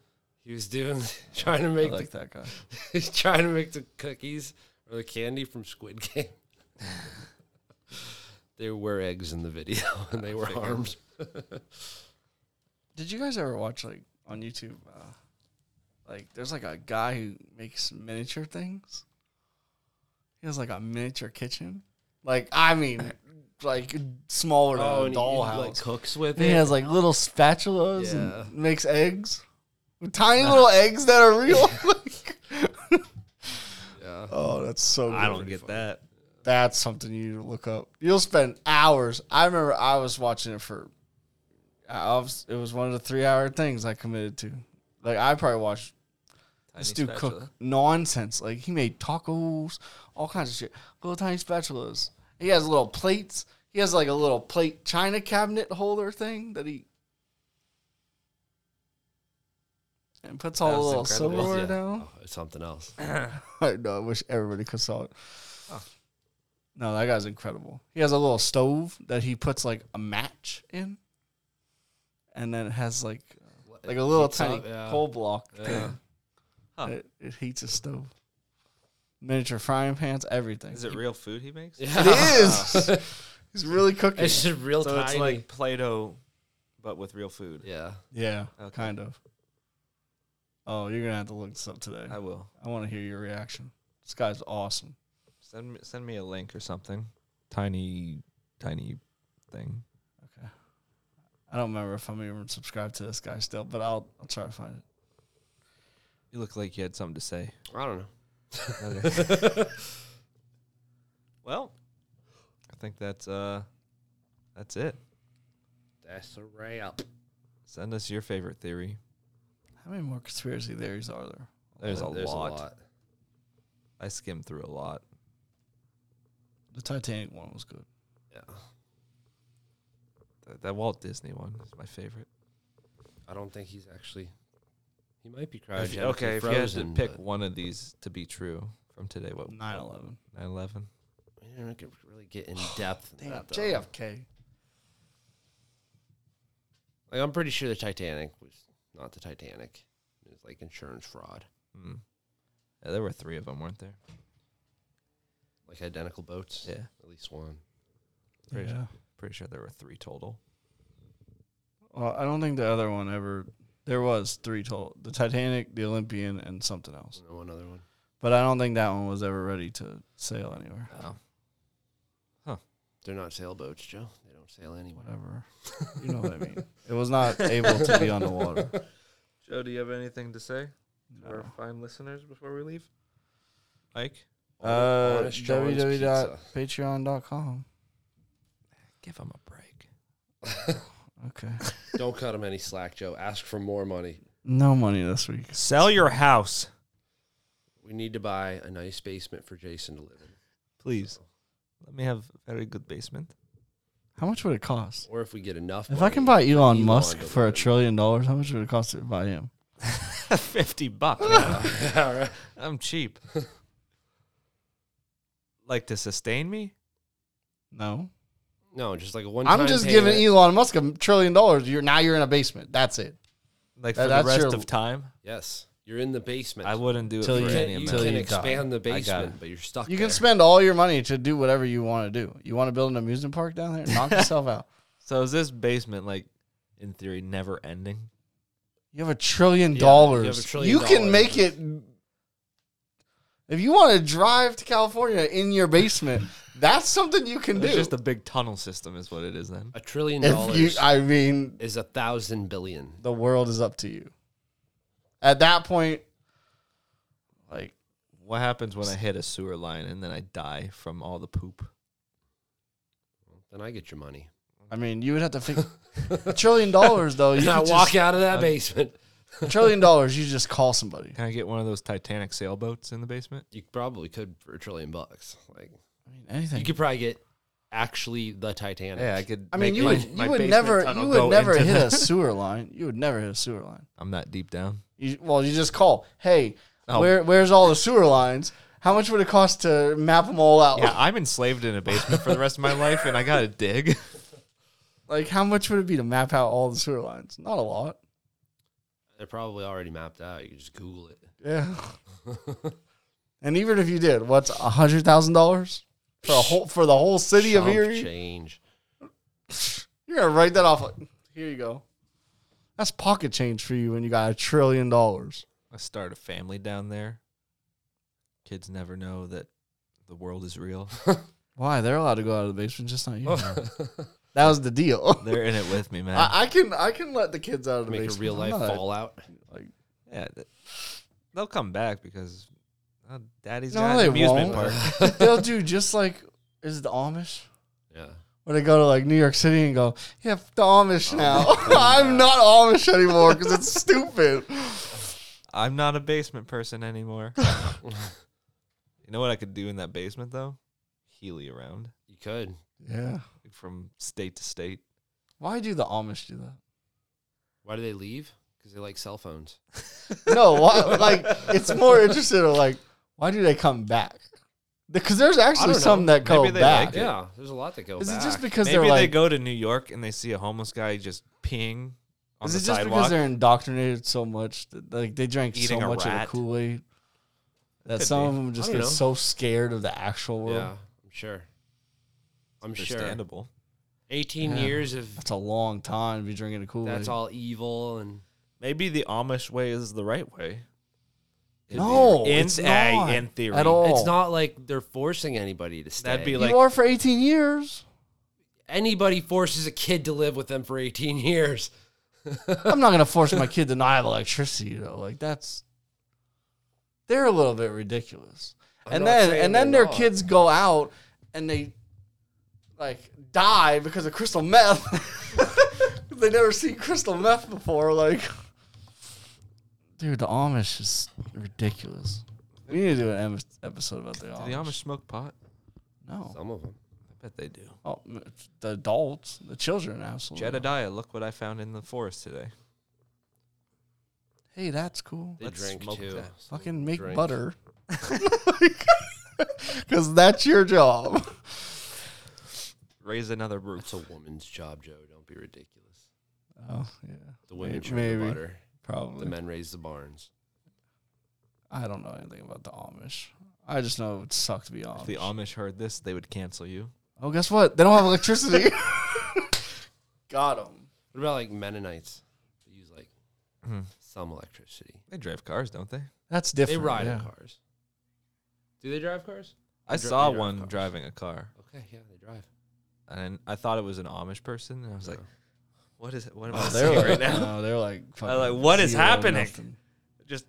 Speaker 3: He was doing [laughs] trying to make the,
Speaker 2: that guy.
Speaker 3: [laughs] he's trying to make the cookies or the candy from Squid Game. there were eggs in the video, and they were
Speaker 5: figured.
Speaker 3: harmed.
Speaker 2: Did you guys ever watch like on YouTube? Uh, like there's like a guy who makes miniature things. He has like a miniature kitchen. Like I mean, like smaller than a
Speaker 3: Oh, and he- he,
Speaker 2: dollhouse.
Speaker 3: like cooks with
Speaker 2: And he
Speaker 3: it.
Speaker 2: has like little spatulas
Speaker 3: Yeah.
Speaker 2: and makes eggs. Tiny little eggs that are
Speaker 3: [laughs]
Speaker 2: real. [laughs]
Speaker 3: Yeah.
Speaker 2: oh, that's so. Good.
Speaker 1: I don't get that.
Speaker 2: That's something you need to look up. You'll spend hours. I remember I was watching it for. I was, it was one of the three hour things I committed to. Like I probably watched
Speaker 5: Tiny
Speaker 2: this dude
Speaker 5: spatula.
Speaker 2: cook nonsense. Like he made tacos, all kinds of shit. Little tiny spatulas. He has little plates. He has like a little plate china cabinet holder thing that he and puts all
Speaker 5: That
Speaker 2: the
Speaker 5: was
Speaker 2: little
Speaker 5: incredible.
Speaker 2: silverware
Speaker 3: Yeah.
Speaker 2: down. [laughs]
Speaker 3: Oh, it's something else.
Speaker 2: I know. I wish everybody could saw it. No, that guy's incredible. He has a little stove that he puts like a match in, and then it has like like a little
Speaker 3: Heats up,
Speaker 2: tiny
Speaker 3: yeah.
Speaker 2: coal block.
Speaker 3: Yeah.
Speaker 2: thing.
Speaker 1: Huh.
Speaker 2: It, it heats a stove. Miniature frying pans, everything. [laughs]
Speaker 1: Is it real food he makes?
Speaker 2: It [laughs] is. He's really cooking.
Speaker 3: It's just real
Speaker 1: So
Speaker 3: tiny.
Speaker 1: it's like Play-Doh, but with real food.
Speaker 3: yeah.
Speaker 2: yeah,
Speaker 1: Okay.
Speaker 2: kind of. Oh, you're gonna have to look this up today.
Speaker 1: I will
Speaker 2: I want to hear your reaction. This guy's awesome.
Speaker 1: send me, send me a link or something. Tiny, tiny thing.
Speaker 2: I don't remember if I'm even subscribed to this guy still, but I'll I'll try to find it.
Speaker 1: You look like you had something
Speaker 5: [laughs]
Speaker 1: to say.
Speaker 3: I don't know.
Speaker 1: Okay. well, I think that's uh, that's it.
Speaker 3: That's a wrap.
Speaker 1: Send us your favorite theory.
Speaker 2: How many more conspiracy theories are there?
Speaker 1: There's a, lot. I skimmed through a lot.
Speaker 2: The Titanic one was good.
Speaker 3: Yeah.
Speaker 1: That, that Walt Disney one is my favorite.
Speaker 3: I don't think he's actually. He might be
Speaker 1: If you-
Speaker 3: cryogenically
Speaker 1: okay, if uh, you had to
Speaker 3: frozen.
Speaker 1: pick
Speaker 3: but
Speaker 1: one of these to be true from today, what
Speaker 2: 9-11.
Speaker 1: 9/11?
Speaker 3: we didn't get- really get in depth. in that, though.
Speaker 2: JFK.
Speaker 3: Like I'm pretty sure the Titanic was not the Titanic. It was like insurance fraud,
Speaker 1: Hmm. Yeah, there were three of them, weren't there?
Speaker 3: like identical boats.
Speaker 1: Yeah,
Speaker 3: At least one.
Speaker 1: Pretty
Speaker 2: Yeah.
Speaker 1: pretty sure there were three total.
Speaker 2: Well, I don't think the other one ever. There was three total: the Titanic, the Olympian, and something else.
Speaker 3: And then one other one.
Speaker 2: But I don't think that one was ever ready to sail anywhere.
Speaker 1: Oh,
Speaker 3: They're not sailboats, Joe. They don't sail anywhere.
Speaker 2: Whatever. You know what I mean. It was [laughs] not able to be on the water.
Speaker 1: Joe, do you have anything to say to
Speaker 2: No.
Speaker 1: our fine listeners before we leave? Mike,
Speaker 2: Uh,
Speaker 3: Honest John's
Speaker 2: www.patreon.com.
Speaker 1: give him a break.
Speaker 2: Okay.
Speaker 3: [laughs] don't cut him any slack, Joe. Ask for more money.
Speaker 2: No money this week.
Speaker 1: Sell your house,
Speaker 3: We need to buy a nice basement for Jason to live in.
Speaker 1: please. Let me have a very good basement. [laughs]
Speaker 2: How much would it cost?
Speaker 3: Or if we get enough.
Speaker 2: If I
Speaker 3: money,
Speaker 2: can buy Elon,
Speaker 3: Elon
Speaker 2: Musk
Speaker 3: to
Speaker 2: for a
Speaker 3: live.
Speaker 2: trillion dollars, how much would it cost to buy him?
Speaker 1: Fifty bucks. [laughs] man.
Speaker 3: [laughs] All right.
Speaker 1: I'm cheap. like to sustain me?
Speaker 2: No,
Speaker 3: No, just like a one.
Speaker 2: I'm just giving Elon Musk a trillion dollars. You're now you're in a basement. That's it.
Speaker 1: Like
Speaker 2: That-
Speaker 1: for the
Speaker 2: that's
Speaker 1: rest
Speaker 2: your-
Speaker 1: of time?
Speaker 3: Yes, you're in the basement.
Speaker 1: I wouldn't do it
Speaker 2: Till
Speaker 1: for
Speaker 2: you-
Speaker 1: any
Speaker 3: Can't-
Speaker 1: amount.
Speaker 3: you
Speaker 2: Till
Speaker 3: can
Speaker 2: you die.
Speaker 3: expand the
Speaker 1: I got
Speaker 3: basement,
Speaker 1: it.
Speaker 3: but you're stuck.
Speaker 2: You
Speaker 3: there.
Speaker 2: can spend all your money to do whatever you want to do. You want to build an amusement park down there?
Speaker 3: [laughs]
Speaker 2: Knock yourself out.
Speaker 1: So is this basement like in theory never ending?
Speaker 2: You have a trillion
Speaker 3: Yeah, you have a
Speaker 2: dollars. You,
Speaker 3: trillion
Speaker 2: can
Speaker 3: dollars.
Speaker 2: make it. If you want to drive to California in your
Speaker 3: [laughs]
Speaker 2: basement, that's something you can
Speaker 1: It's
Speaker 2: do.
Speaker 1: just a big tunnel system is what it is then.
Speaker 3: a trillion
Speaker 2: if you,
Speaker 3: dollars
Speaker 2: I mean,
Speaker 3: is a thousand billion.
Speaker 2: the world is up to you. At that point, like
Speaker 1: What happens when I hit a sewer line and then I die from all the poop?
Speaker 3: Then I get your money.
Speaker 2: I mean, you would have to
Speaker 3: [laughs]
Speaker 2: fix a trillion dollars though. You
Speaker 3: And I
Speaker 2: could
Speaker 3: walk
Speaker 2: just-
Speaker 3: out of that basement.
Speaker 2: a trillion dollars. You just call somebody.
Speaker 1: Can I get one of those Titanic sailboats in the basement?
Speaker 3: You probably could for a trillion bucks. Like
Speaker 2: I mean, anything.
Speaker 3: you could probably get actually the Titanic.
Speaker 1: Yeah, I could.
Speaker 2: I mean,
Speaker 1: make
Speaker 2: you
Speaker 1: my-
Speaker 2: would
Speaker 1: my
Speaker 2: you would
Speaker 1: basement
Speaker 2: never
Speaker 1: tunnel
Speaker 2: you
Speaker 1: go
Speaker 2: would never
Speaker 1: into
Speaker 2: hit
Speaker 1: the-
Speaker 2: a [laughs] sewer line. You would never hit a sewer line.
Speaker 1: [laughs] I'm not deep down.
Speaker 2: You, well, you just call. Hey,
Speaker 1: Oh.
Speaker 2: where where's all the sewer lines? How much would it cost to map them all out?
Speaker 1: Yeah, I'm enslaved in a basement for the rest of my life, and I
Speaker 2: [laughs]
Speaker 1: gotta dig.
Speaker 2: Like, how much would it be to map out all the sewer lines? Not a lot.
Speaker 3: They're probably already mapped out. You could just Google it.
Speaker 2: Yeah.
Speaker 1: [laughs]
Speaker 2: and even if you did, what's a hundred thousand dollars for a whole for the whole city of
Speaker 3: Chump
Speaker 2: Erie?
Speaker 3: change.
Speaker 2: You're gonna write that off. like, Here you go. That's pocket change for you when you got a trillion dollars.
Speaker 1: I start a family down there. Kids never know that the world is real.
Speaker 2: Why they're allowed to go out of the basement, just not you. [laughs] that was the
Speaker 3: [laughs]
Speaker 2: deal.
Speaker 1: They're in it with me, man.
Speaker 2: Oh. I, I can I can let the kids out of the
Speaker 3: Make a
Speaker 2: basement.
Speaker 3: real
Speaker 2: I'm
Speaker 3: life
Speaker 2: not-
Speaker 3: Fallout.
Speaker 1: yeah, th- they'll come back because uh, daddy's
Speaker 2: No,
Speaker 1: got
Speaker 2: they
Speaker 1: an amusement
Speaker 2: won't. [laughs]
Speaker 1: park.
Speaker 2: [laughs] They'll do just like is it the Amish
Speaker 3: Yeah.
Speaker 2: when they go to like New York City and go, yeah, f- the
Speaker 3: Oh
Speaker 2: Amish now. [laughs] I'm not Amish anymore because
Speaker 3: [laughs]
Speaker 2: it's stupid.
Speaker 1: I'm not a basement person
Speaker 2: [laughs]
Speaker 1: anymore. you know what I could do in that basement though? Heely around
Speaker 3: You could.
Speaker 2: Yeah.
Speaker 1: like, from state to
Speaker 2: [laughs]
Speaker 1: state.
Speaker 2: Why do the Amish do that?
Speaker 3: Why do they leave? Because they like cell phones.
Speaker 1: [laughs]
Speaker 3: [laughs]
Speaker 2: No, why, like it's more interesting. Of like, why do they come back? Because there's actually
Speaker 3: don't
Speaker 2: some
Speaker 3: know.
Speaker 2: that go
Speaker 1: Maybe they
Speaker 2: back.
Speaker 1: like it.
Speaker 3: Yeah, there's a lot that go
Speaker 2: Is
Speaker 3: back.
Speaker 2: it just because
Speaker 1: Maybe
Speaker 2: they're like?
Speaker 1: they go to New York and they see a homeless guy just peeing on
Speaker 2: is
Speaker 1: the
Speaker 2: it just
Speaker 1: sidewalk.
Speaker 2: because they're indoctrinated so much? That, like they drank so
Speaker 1: Eating a
Speaker 2: much of the
Speaker 1: rat?
Speaker 2: Kool Aid that
Speaker 1: Could
Speaker 2: some
Speaker 1: be.
Speaker 2: of them just
Speaker 3: I
Speaker 2: get
Speaker 3: don't know.
Speaker 2: so scared of the actual world.
Speaker 3: yeah, I'm sure. I'm sure.
Speaker 1: Understandable.
Speaker 3: 18
Speaker 2: Yeah.
Speaker 3: years of
Speaker 2: That's a long time to be drinking a Kool Aid.
Speaker 3: that's all evil and
Speaker 6: Maybe the Amish way is the right way.
Speaker 2: No,
Speaker 6: in,
Speaker 2: it's
Speaker 6: a-
Speaker 2: not
Speaker 6: in theory.
Speaker 2: at all.
Speaker 3: it's not like they're forcing anybody to stay.
Speaker 6: That'd be
Speaker 2: You
Speaker 6: like-
Speaker 2: are for 18 years.
Speaker 3: anybody forces a kid to live with them for 18 [laughs] years.
Speaker 2: I'm not gonna force my kid to not have electricity though. Like that's they're a little bit ridiculous.
Speaker 3: I'm
Speaker 2: and
Speaker 3: not
Speaker 2: then
Speaker 3: saying
Speaker 2: and then
Speaker 3: they're
Speaker 2: their
Speaker 3: not.
Speaker 2: kids go out and they like die because of crystal meth. [laughs] they never seen crystal meth before. Like, dude, the Amish is ridiculous. We need to do an em- episode about the Amish.
Speaker 1: Do the Amish smoke pot?
Speaker 2: No,
Speaker 3: Some of them.
Speaker 1: I bet they do.
Speaker 2: oh, the adults, the children, absolutely.
Speaker 1: Jedediah, look what I found in the forest today.
Speaker 2: Hey, that's cool.
Speaker 3: They
Speaker 1: Let's
Speaker 3: drink
Speaker 1: smoke
Speaker 3: too.
Speaker 1: that.
Speaker 3: Some
Speaker 2: Fucking make
Speaker 3: drink.
Speaker 2: butter. [laughs] Because that's your job.
Speaker 1: Raise another brew.
Speaker 3: It's a woman's job, Joe. Don't be ridiculous.
Speaker 2: Oh, yeah.
Speaker 3: The women
Speaker 2: Maybe-
Speaker 3: churn the
Speaker 2: maybe.
Speaker 3: butter. The
Speaker 2: Probably.
Speaker 3: men raise the barns.
Speaker 2: I don't know anything about the Amish. I just know it would suck to be Amish.
Speaker 1: If the Amish heard this, they would cancel you.
Speaker 2: oh, guess what? They don't have electricity. [laughs] Got them.
Speaker 3: What about like Mennonites? They use like
Speaker 1: Hmm.
Speaker 3: some electricity.
Speaker 1: They drive cars, don't they?
Speaker 2: That's different.
Speaker 3: they ride
Speaker 2: yeah.
Speaker 3: in cars. Do they drive cars?
Speaker 1: I
Speaker 3: dri-
Speaker 1: saw
Speaker 3: they drive
Speaker 1: one
Speaker 3: cars.
Speaker 1: driving a car,
Speaker 3: Okay, yeah, they drive.
Speaker 1: and I thought it was an Amish person, and I was like,
Speaker 3: No.
Speaker 1: "What is? What am I
Speaker 2: Oh,
Speaker 1: seeing
Speaker 2: [laughs] they're like,
Speaker 1: right
Speaker 3: [laughs]
Speaker 1: now?"
Speaker 2: no, they're like,
Speaker 1: [laughs]
Speaker 6: like,
Speaker 2: fucking
Speaker 6: what is
Speaker 2: zero
Speaker 6: happening?
Speaker 2: nothing.
Speaker 1: Just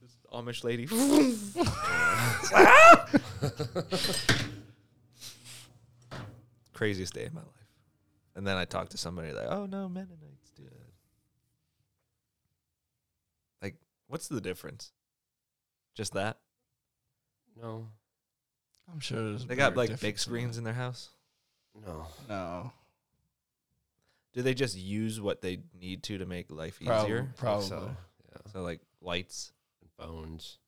Speaker 1: this Amish
Speaker 3: [laughs]
Speaker 1: lady. [laughs] Craziest day of my life. And then I talked to somebody like, "Oh no, Mennonites do that." Like, what's the difference? Just that
Speaker 3: No,
Speaker 2: I'm sure there's
Speaker 1: they
Speaker 2: bigger
Speaker 1: got like
Speaker 2: difference
Speaker 1: big
Speaker 2: in
Speaker 1: screens in their house.
Speaker 3: no.
Speaker 2: that. No,
Speaker 1: Do they just use what they need to to make life
Speaker 2: probably,
Speaker 1: easier?
Speaker 3: I think
Speaker 2: probably.
Speaker 3: So, yeah.
Speaker 1: So like lights.
Speaker 3: And phones,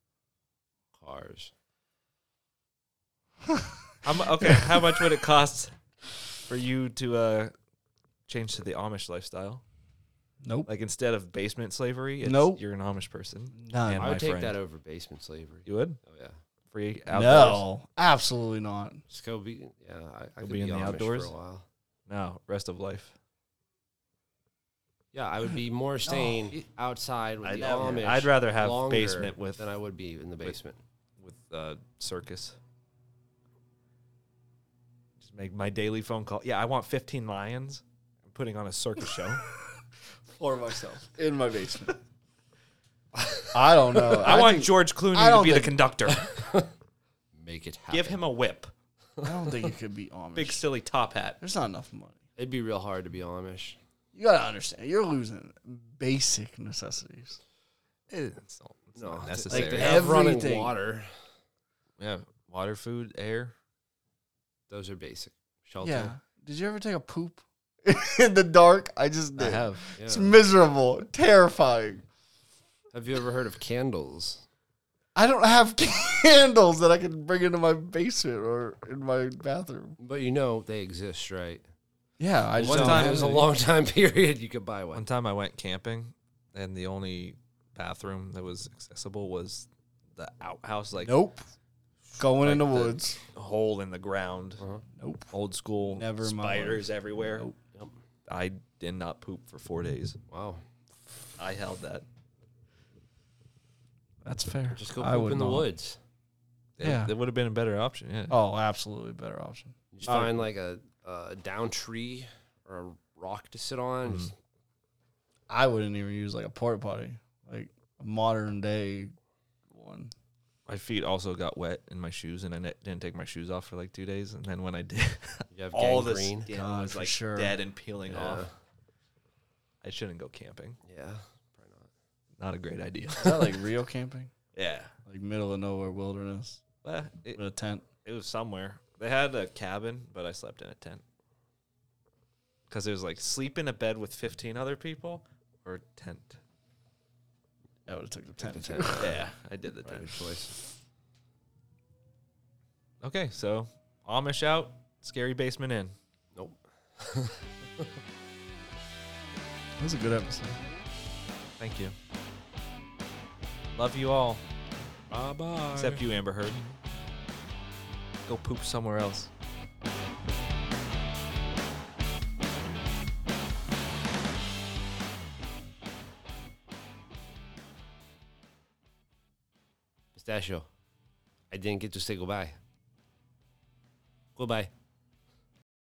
Speaker 3: cars.
Speaker 1: How mu- [laughs] okay, how much would it cost for you to uh, change to the Amish lifestyle?
Speaker 2: Nope.
Speaker 1: Like instead of basement slavery, it's
Speaker 2: Nope.
Speaker 1: you're an Amish person.
Speaker 2: None.
Speaker 1: And
Speaker 3: I
Speaker 1: my
Speaker 3: would take
Speaker 1: friend.
Speaker 3: that over basement slavery.
Speaker 1: You would
Speaker 3: Oh yeah,
Speaker 1: free outdoors.
Speaker 2: No, absolutely not.
Speaker 3: just go be. Yeah, I, I
Speaker 1: Go
Speaker 3: could
Speaker 1: be
Speaker 3: be,
Speaker 1: in the
Speaker 3: Amish
Speaker 1: outdoors?
Speaker 3: for a while.
Speaker 1: No, rest of life.
Speaker 3: Yeah, I would be more staying
Speaker 1: y-
Speaker 3: outside with
Speaker 1: I'd-
Speaker 3: the
Speaker 1: yeah,
Speaker 3: Amish.
Speaker 1: I'd rather have
Speaker 3: longer
Speaker 1: basement with-
Speaker 3: than I would be in the basement.
Speaker 1: With uh, circus, just make my daily phone call. Yeah, I want 15 lions. I'm putting on a circus
Speaker 2: [laughs]
Speaker 1: show.
Speaker 2: Or myself in my basement. I don't know.
Speaker 6: I, want
Speaker 2: think-
Speaker 6: George Clooney
Speaker 2: I
Speaker 6: to
Speaker 2: don't
Speaker 6: be
Speaker 2: think-
Speaker 6: the
Speaker 2: [laughs]
Speaker 6: conductor.
Speaker 3: Make it happen.
Speaker 6: Give him a whip.
Speaker 2: I don't think it could be [laughs] Amish.
Speaker 6: Big silly top hat.
Speaker 2: There's not enough money.
Speaker 3: It'd be real hard to be Amish.
Speaker 2: You gotta understand, you're losing basic necessities.
Speaker 1: it's not, it's
Speaker 3: No,
Speaker 1: not
Speaker 3: it's
Speaker 1: necessary.
Speaker 3: Like they have running
Speaker 2: Everything.
Speaker 3: water.
Speaker 1: yeah, water, food, air.
Speaker 3: Those are basic. Shelter.
Speaker 2: Yeah. Did you ever take a poop [laughs] in the dark? I just
Speaker 1: I
Speaker 2: did.
Speaker 1: have.
Speaker 3: Yeah.
Speaker 2: It's miserable, terrifying.
Speaker 3: Have you ever heard of candles?
Speaker 2: I don't have [laughs] candles that I can bring into my basement or in my bathroom.
Speaker 3: But you know they exist, right?
Speaker 2: Yeah, I
Speaker 1: One
Speaker 3: So
Speaker 1: time-
Speaker 3: it was a long [laughs] time period. You could buy
Speaker 1: One [laughs]
Speaker 3: one.
Speaker 1: time I went camping, and the only bathroom that was accessible was the outhouse, like
Speaker 2: Nope. Going in the
Speaker 1: Like the-
Speaker 2: woods.
Speaker 1: hole in the ground.
Speaker 3: Uh-huh.
Speaker 2: Nope.
Speaker 1: Old school.
Speaker 2: Never in my life.
Speaker 6: Spiders everywhere.
Speaker 1: I did not poop for four days.
Speaker 3: Wow.
Speaker 1: I held that.
Speaker 2: That's fair.
Speaker 3: Just go
Speaker 2: I
Speaker 3: poop
Speaker 2: would
Speaker 3: in the
Speaker 2: not.
Speaker 3: woods.
Speaker 1: It,
Speaker 2: Yeah.
Speaker 1: it would have been a better option. Yeah.
Speaker 2: Oh, absolutely better option.
Speaker 3: Just find like a, a down tree or a rock to sit on. Just
Speaker 2: I wouldn't even use like a porta potty, like a modern day one.
Speaker 1: My feet also got wet in my shoes, and I ne- didn't take my shoes off for like two days. And then when I did, [laughs]
Speaker 3: You have
Speaker 6: All the
Speaker 3: gangrene.
Speaker 6: skin
Speaker 2: God,
Speaker 6: was
Speaker 2: for
Speaker 6: like
Speaker 2: sure.
Speaker 6: dead and peeling
Speaker 3: yeah.
Speaker 6: off.
Speaker 1: I shouldn't go camping.
Speaker 3: Yeah. Probably not.
Speaker 1: Not a great [laughs] idea.
Speaker 2: Is that like real camping?
Speaker 6: Yeah.
Speaker 2: Like middle of nowhere wilderness
Speaker 1: Well, it,
Speaker 2: with a tent?
Speaker 1: it was somewhere. They had a cabin, but I slept in a tent. Because it was like sleep in a bed with 15 other people or a tent.
Speaker 2: I would have took the tent.
Speaker 3: That's a
Speaker 1: Yeah, I did the tent.
Speaker 3: good choice.
Speaker 1: Okay, so Amish out, scary basement in.
Speaker 3: Nope.
Speaker 2: That was a good episode.
Speaker 1: Thank you. Love you all,
Speaker 3: Bye bye.
Speaker 1: except you, Amber Heard. Go poop somewhere else.
Speaker 3: Pistachio. I didn't get to say goodbye. Goodbye.